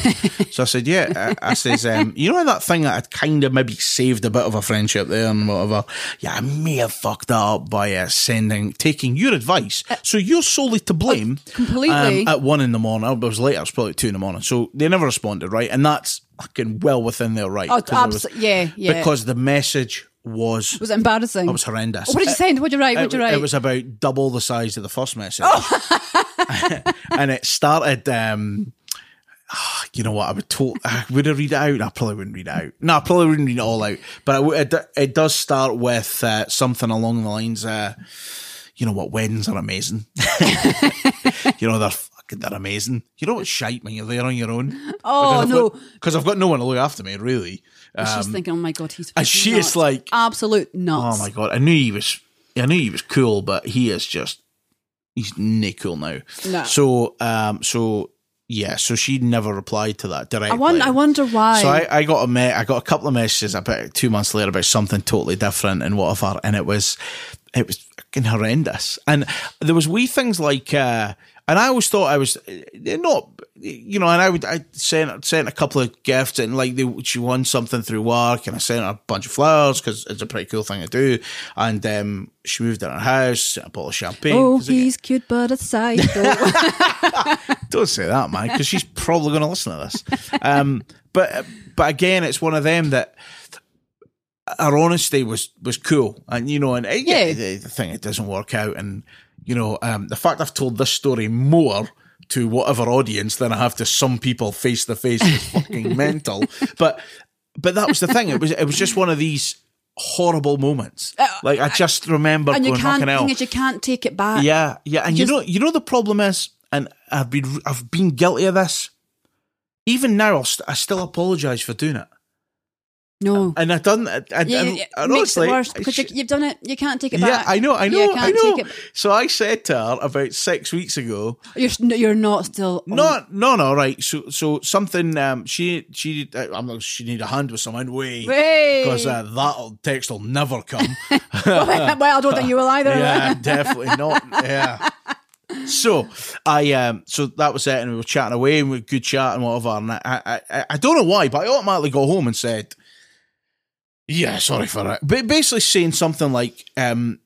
B: so I said, yeah. I, I says, um, you know that thing that I'd kind of maybe saved a bit of a friendship there and whatever? Yeah, I may have fucked that up by uh, sending, taking your advice. So you're solely to blame.
D: Uh,
B: um,
D: completely.
B: at one in the morning. I was late. I was probably two in the morning. So they never responded, right? And that's fucking well within their right.
D: oh,
B: 'cause I was-
D: abso- yeah, yeah.
B: because the message was
D: it was embarrassing.
B: it was horrendous.
D: what did you send? What did you write?
B: It,
D: What did you write?
B: it was about double the size of the first message,
D: Oh.
B: *laughs* and it started. Um, ah, you know what? I would told. Would I read it out? I probably wouldn't read it out. No, I probably wouldn't read it all out. But it, w- it, do- it does start with uh, something along the lines. Uh, you know what? Weddings are amazing. *laughs* you know they're fucking they're amazing. You know what's shite when you're there on your own.
D: oh no!
B: because I've got no one to look after me really.
D: She's thinking, oh my god, he's.
B: and she is
D: nuts.
B: like-
D: absolute
B: Oh
D: nuts.
B: my god! I knew he was. I knew he was cool, but he is just. He's not cool now.
D: No.
B: So um. So yeah. So she never replied to that directly.
D: I wonder. I wonder why.
B: So I, I got a me- I got a couple of messages about two months later about something totally different and whatever, and it was it was fucking horrendous. And there was wee things like, uh, and I always thought I was eh, not, you know, and I would I sent sent a couple of gifts and like they, she won something through work, and I sent her a bunch of flowers because it's a pretty cool thing to do. And um, she moved in her house, a bottle of champagne.
D: *laughs* oh,
B: 'cause again-
D: he's cute but
B: *laughs*
D: a psycho.
B: don't say that, man, because she's probably going to listen to this. Um, but but again, it's one of them that our honesty was was cool, and you know, and it,
D: Yeah.
B: the, the thing it doesn't work out, and you know, um, the fact I've told this story more to whatever audience than I have to some people face to face is
D: *laughs*
B: fucking mental. But but that was the thing. It was it was just one of these horrible moments. Like I just remember
D: Uh, and you
B: going
D: can't.
B: fucking
D: The
B: hell.
D: thing is, you can't take it back.
B: Yeah, yeah, and
D: Just-
B: you know, you know the problem is, and I've been, I've been guilty of this. Even now, I'll st- I still apologise for doing it,
D: No.
B: and I done. I, I,
D: Yeah,
B: I,
D: yeah,
B: I
D: it makes
B: honestly-
D: it worse because you, you've done it. You can't take it
B: yeah,
D: back.
B: I know, I
D: You
B: know, I
D: can't
B: know.
D: take it-
B: So I said to her about six weeks ago,
D: You're s- no, you're not still. on-
B: no, no, no, right. So, so something. Um, she, she, uh, I'm not. She need a hand with someone. Way,
D: Way.
B: because uh, that text will never come.
D: *laughs* well, I don't think you will either.
B: *laughs* Yeah, definitely not. Yeah. So I um so that was it, and we were chatting away, and we were good chat and whatever. And I I I, I don't know why, but I automatically got home and said, "Yeah, sorry for it." But basically saying something like, um,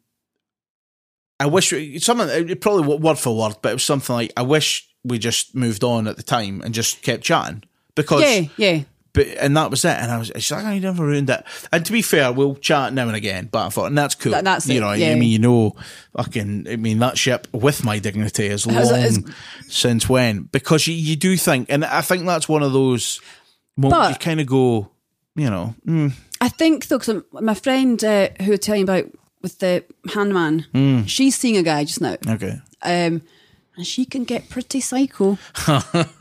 B: I wish we, something it probably wa- word for word, but it was something like I wish we just moved on at the time and just kept chatting because
D: Yeah, yeah.
B: but and that was it. And I was it's like I never ruined it. And to be fair, we'll chat now and again. But I thought, and that's cool.
D: That- that's
B: you
D: it,
B: know, I
D: yeah.
B: mean, you know, fucking, I mean, that ship with my dignity
D: *laughs*
B: is long
D: Has- has-
B: since when because you, you do think, and I think that's one of those moments
D: But-
B: you kind of go, you know, mm,
D: I think though, because my friend uh, who I was telling you about with the handman, she's seeing a guy just now,
B: okay,
D: um, and she can get pretty psycho.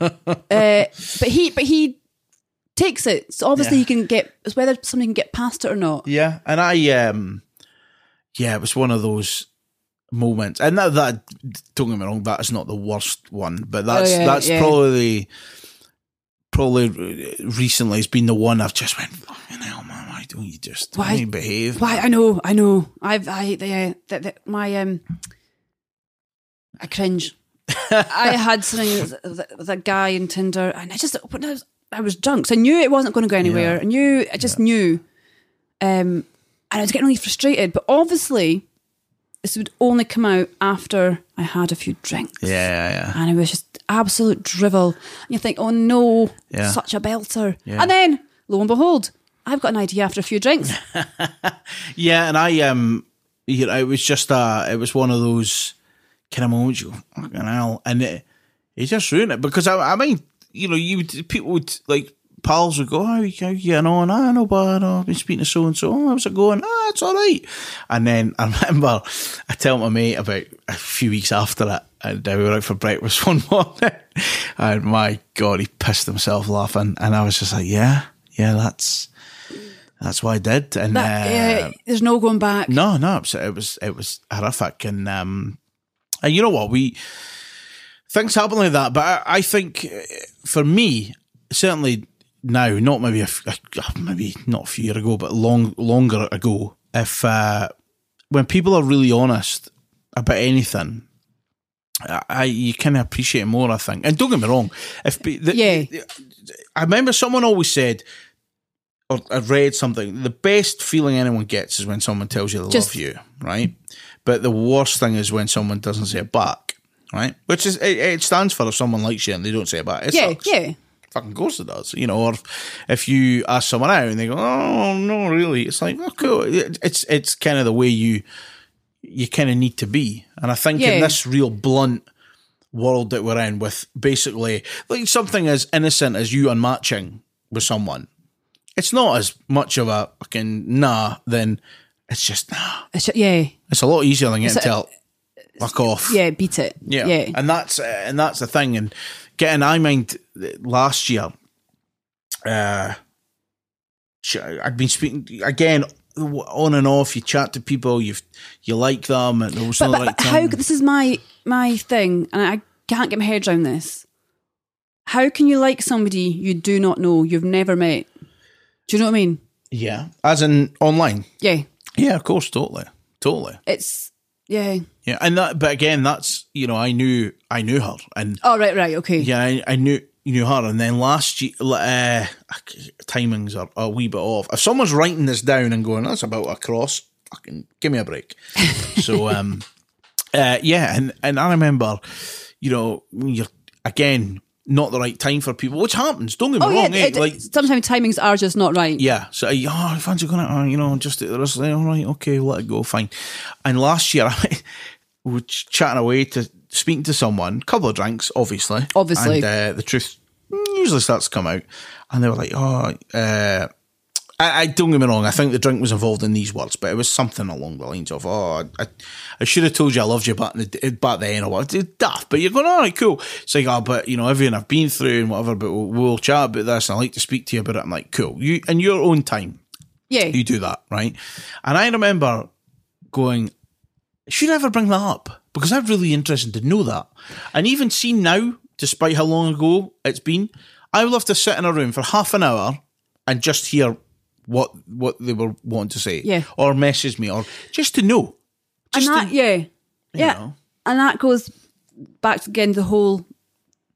D: uh, but he, but he takes it. So obviously,
B: Yeah.
D: he can get it's whether somebody can get past it or not.
B: yeah. And I, um, yeah, it was one of those moments, and that that don't get me wrong, that is not the worst one, but that's
D: Oh, yeah,
B: that's
D: yeah.
B: probably the- probably re- recently has been the one I've just went, fucking hell, man, why don't you just why
D: Why-
B: don't you behave?
D: Why? I know, I know. I've, I, the, uh, the, the, my, um, I cringe.
B: *laughs*
D: I had something with- with with a guy in Tinder, and I just, when I was, I was drunk, so I knew it wasn't going to go anywhere.
B: Yeah.
D: I knew, I just knew, um, and I was getting really frustrated. But obviously, this would only come out after I had a few drinks.
B: Yeah, yeah,
D: And it was just absolute drivel. And you think, oh no,
B: Yeah.
D: such a belter.
B: Yeah.
D: And then, lo and behold, I've got an idea after a few drinks.
B: yeah, yeah. And I, um, you know, it was just uh it was one of those kind of moments you go, fucking hell, and it, it just ruined it because I, I mean, you know, you would, people would like. Pals would go, oh, you "Ah, you know, and I know, but I've been speaking to so and so. Oh, how's it going? Ah, it's all right. And then I *laughs* remember I tell my mate about a few weeks after that, and uh, we were out for breakfast *laughs* one morning, and my god, he pissed himself laughing, and I was just like, yeah, yeah, that's that's what I did, and
D: That,
B: uh,
D: yeah, there's no going back.
B: no, no, it was it was, it was horrific, and um, and you know what we things happen like that. But I, I think uh, for me, certainly now, not maybe a, f- a- maybe not a few year ago, but long longer ago, if uh, when people are really honest about anything. I- I you kind of appreciate it more, I think, and don't get me wrong. If be- the,
D: Yeah.
B: I remember someone always said, or I read something, the best feeling anyone gets is when someone tells you they
D: Just-
B: love you, right? But the worst thing is when someone doesn't say it back, right? Which is, it, it stands for if someone likes you and they don't say it back. It
D: yeah,
B: sucks.
D: yeah.
B: Fucking course it does, you know. Or if you ask someone out and they go, "Oh no, really," it's like, "Oh, cool." It- It's it's kind of the way you you kind of need to be, and I think in
D: Yeah.
B: this real blunt world that we're in, with basically like something as innocent as you unmatching with someone, it's not as much of a fucking nah. Then it's just nah.
D: It's, yeah,
B: It's a lot easier than getting
D: It's a-
B: told fuck off.
D: yeah, beat it.
B: Yeah.
D: yeah.
B: And that's uh, and that's the thing. And getting I mind th- last year, uh, sh- I'd been speaking again w- on and off. You chat to people, you you like them, and there was
D: but
B: no
D: but,
B: right
D: but how,
B: time.
D: this is my, my thing, and I can't get my head around this. How can you like somebody you do not know, you've never met? Do you know what I mean?
B: yeah, as in online.
D: Yeah,
B: Yeah, of course, totally, totally.
D: it's, yeah.
B: Yeah, and that. But again, that's you know, I knew I knew her, and
D: Oh, right, right, okay.
B: Yeah, I, I knew knew her, and then last year uh, timings are a wee bit off. If someone's writing this down and going, "That's about a cross," fucking give me a break. *laughs* so, um, uh, yeah, and and I remember, you know, when you're again not the right time for people, which happens. Don't get me
D: Oh,
B: wrong,
D: yeah.
B: eh?
D: it-
B: like
D: sometimes timings are just not right.
B: yeah. So I, oh, I fancy going out, oh, you know, just the rest of the all right, okay, let it go, fine. And last year, *laughs* I we were ch- chatting away to speaking to someone, couple of drinks, obviously.
D: Obviously.
B: And uh, the truth usually starts to come out. And they were like, oh, uh, I, I don't get me wrong. I think the drink was involved in these words, but it was something along the lines of, "Oh, I, I should have told you I loved you back in the, d- back then," or what? It's daft. But you're going, "All right, cool." It's like, "Oh, but you know, everything I've been through and whatever." But we'll, we'll chat about this. And I like to speak to you about it. I'm like, "Cool." You in your own time,
D: Yeah.
B: you do that, right? And I remember going, "Should I ever bring that up?" Because I'm really interested to know that. And even see now, despite how long ago it's been, I would love to sit in a room for half an hour and just hear what what they were wanting to say,
D: Yeah.
B: or message me, or just to know.
D: and that, yeah. Yeah.
B: know.
D: And that goes back again to the whole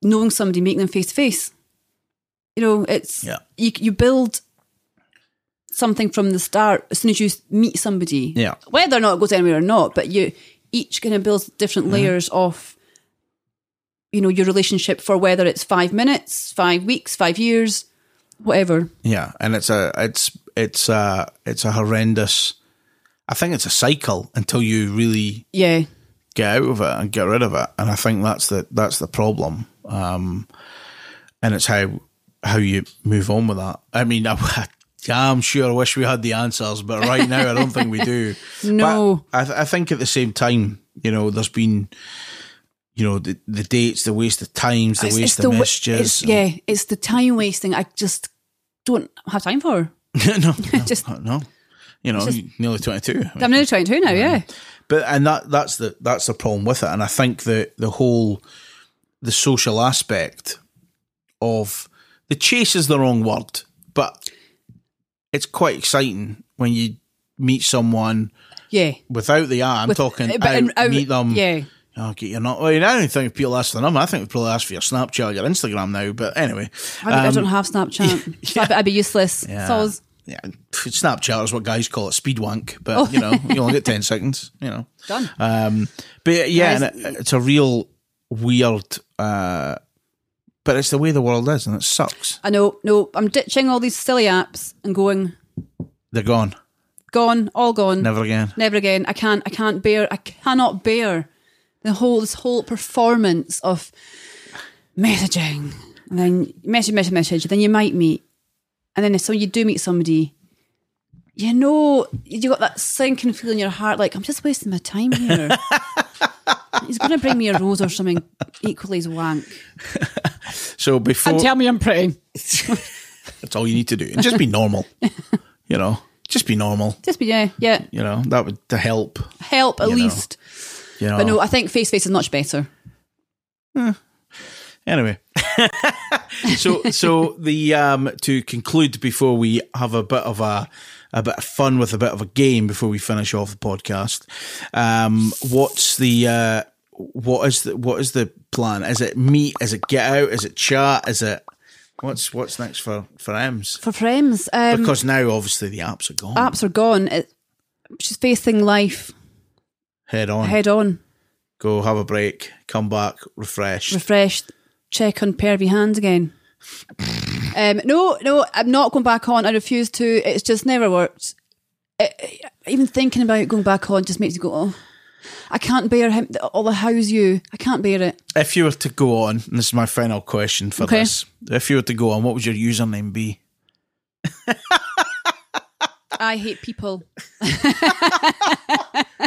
D: knowing somebody, meeting them face to face. You know, it's
B: Yeah.
D: you you build something from the start as soon as you meet somebody.
B: Yeah.
D: Whether or not it goes anywhere or not, but you each kind of builds
B: Mm-hmm.
D: different layers of, you know, your relationship for whether it's five minutes, five weeks, five years, whatever.
B: Yeah, and it's a it's it's a it's a horrendous. I think it's a cycle until you really
D: Yeah.
B: get out of it and get rid of it, and I think that's the that's the problem. Um, and it's how how you move on with that. I mean, *laughs* I, I'm sure I wish we had the answers, but right now I don't think we do.
D: *laughs* No.
B: but I, th- I think at the same time, you know, there's been. You know the, the dates, the waste of times, the
D: It's-
B: waste
D: it's
B: of
D: wa-
B: messages.
D: it's- yeah, it's the time wasting. I just don't have time for.
B: *laughs* no, no,
D: *laughs* Just-
B: no. You know, you're nearly twenty two.
D: I'm nearly 22 now. Yeah,
B: but and that that's the that's the problem with it and i think the the whole the social aspect of the chase is the wrong word but it's quite exciting when you meet someone
D: yeah.
B: without the eye i'm
D: With-
B: talking
D: but
B: out,
D: in- out-
B: meet them
D: Yeah,
B: Oh, get your not. Well, you know, I don't think people ask for them. I think they probably ask for your Snapchat, your Instagram now. But anyway,
D: I, I don't have
B: *laughs*
D: Snapchat. So I'd, be- I'd be useless.
B: um, yeah.
D: So I was
B: yeah, Snapchat is what guys call it, speed wank. But you
D: *laughs*
B: know, you only get ten seconds. You know,
D: Oh. done.
B: Um, but yeah,
D: Whereas-
B: and it, it's a real weird. Uh, but it's the way the world is, and it sucks.
D: I know. No, I'm ditching all these silly apps and going
B: They're gone,
D: gone, all gone.
B: never again.
D: Never again. I can't. I can't bear. I cannot bear the whole this whole performance of messaging. And then message, message, message. Then you might meet, and then if so you do meet somebody, you know you got that sinking feel in your heart, like I'm just wasting my time here. He's going to bring me a rose or something equally as wank,
B: So before
D: and tell me I'm *laughs* pretty.
B: that's all you need to do, and just be normal.
D: *laughs*
B: you know, just be normal.
D: Just be yeah, yeah.
B: You know that would to help.
D: Help at
B: You know. Oh.
D: least.
B: You know,
D: But no, I think face to face is much better.
B: Anyway, *laughs* so so the um to conclude before we have a bit of a a bit of fun with a bit of a game before we finish off the podcast. Um, what's the uh what is the what is the plan? Is it meet? Is it get out? Is it chat? Is it what's what's next for for M's?
D: For frames, um,
B: Because now obviously the apps are gone
D: apps are gone. It, she's facing life
B: head on.
D: head on,
B: Go have a break. Come back refreshed.
D: refreshed. Check on pervy hands again. Um, no, no, I'm not going back on. I refuse to. It's just never worked. I- I- even thinking about going back on just makes you go, oh, I can't bear him. All the how's you. I can't bear it.
B: if you were to go on, and this is my final question for
D: Okay.
B: this. If you were to go on, what would your username be?
D: I hate people.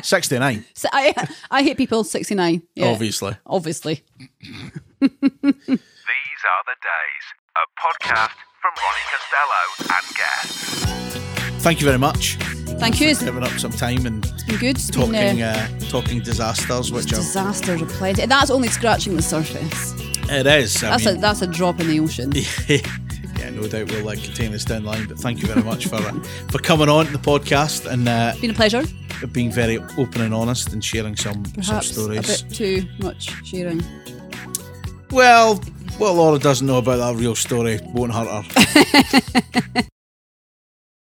B: 69,
D: So *laughs* I, I hate people. 69. Yeah,
B: obviously.
D: Obviously.
C: These are the days. A podcast from Ronnie Costello and guests.
B: Thank you very much
D: Thank you. It's
B: for giving up some time and
D: been good. It's been, uh,
B: talking uh, talking disasters, which are,
D: disasters are plenty. And that's only scratching the surface.
B: it is. I
D: That's
B: mean,
D: a that's a drop in the ocean.
B: *laughs* yeah, no doubt we'll uh, contain this down the line. But thank you very much for uh, for coming on to the podcast and uh,
D: Been a pleasure.
B: being very open and honest and sharing some some
D: Perhaps a
B: stories.
D: bit too much sharing.
B: Well, what Laura doesn't know about that real story won't hurt her.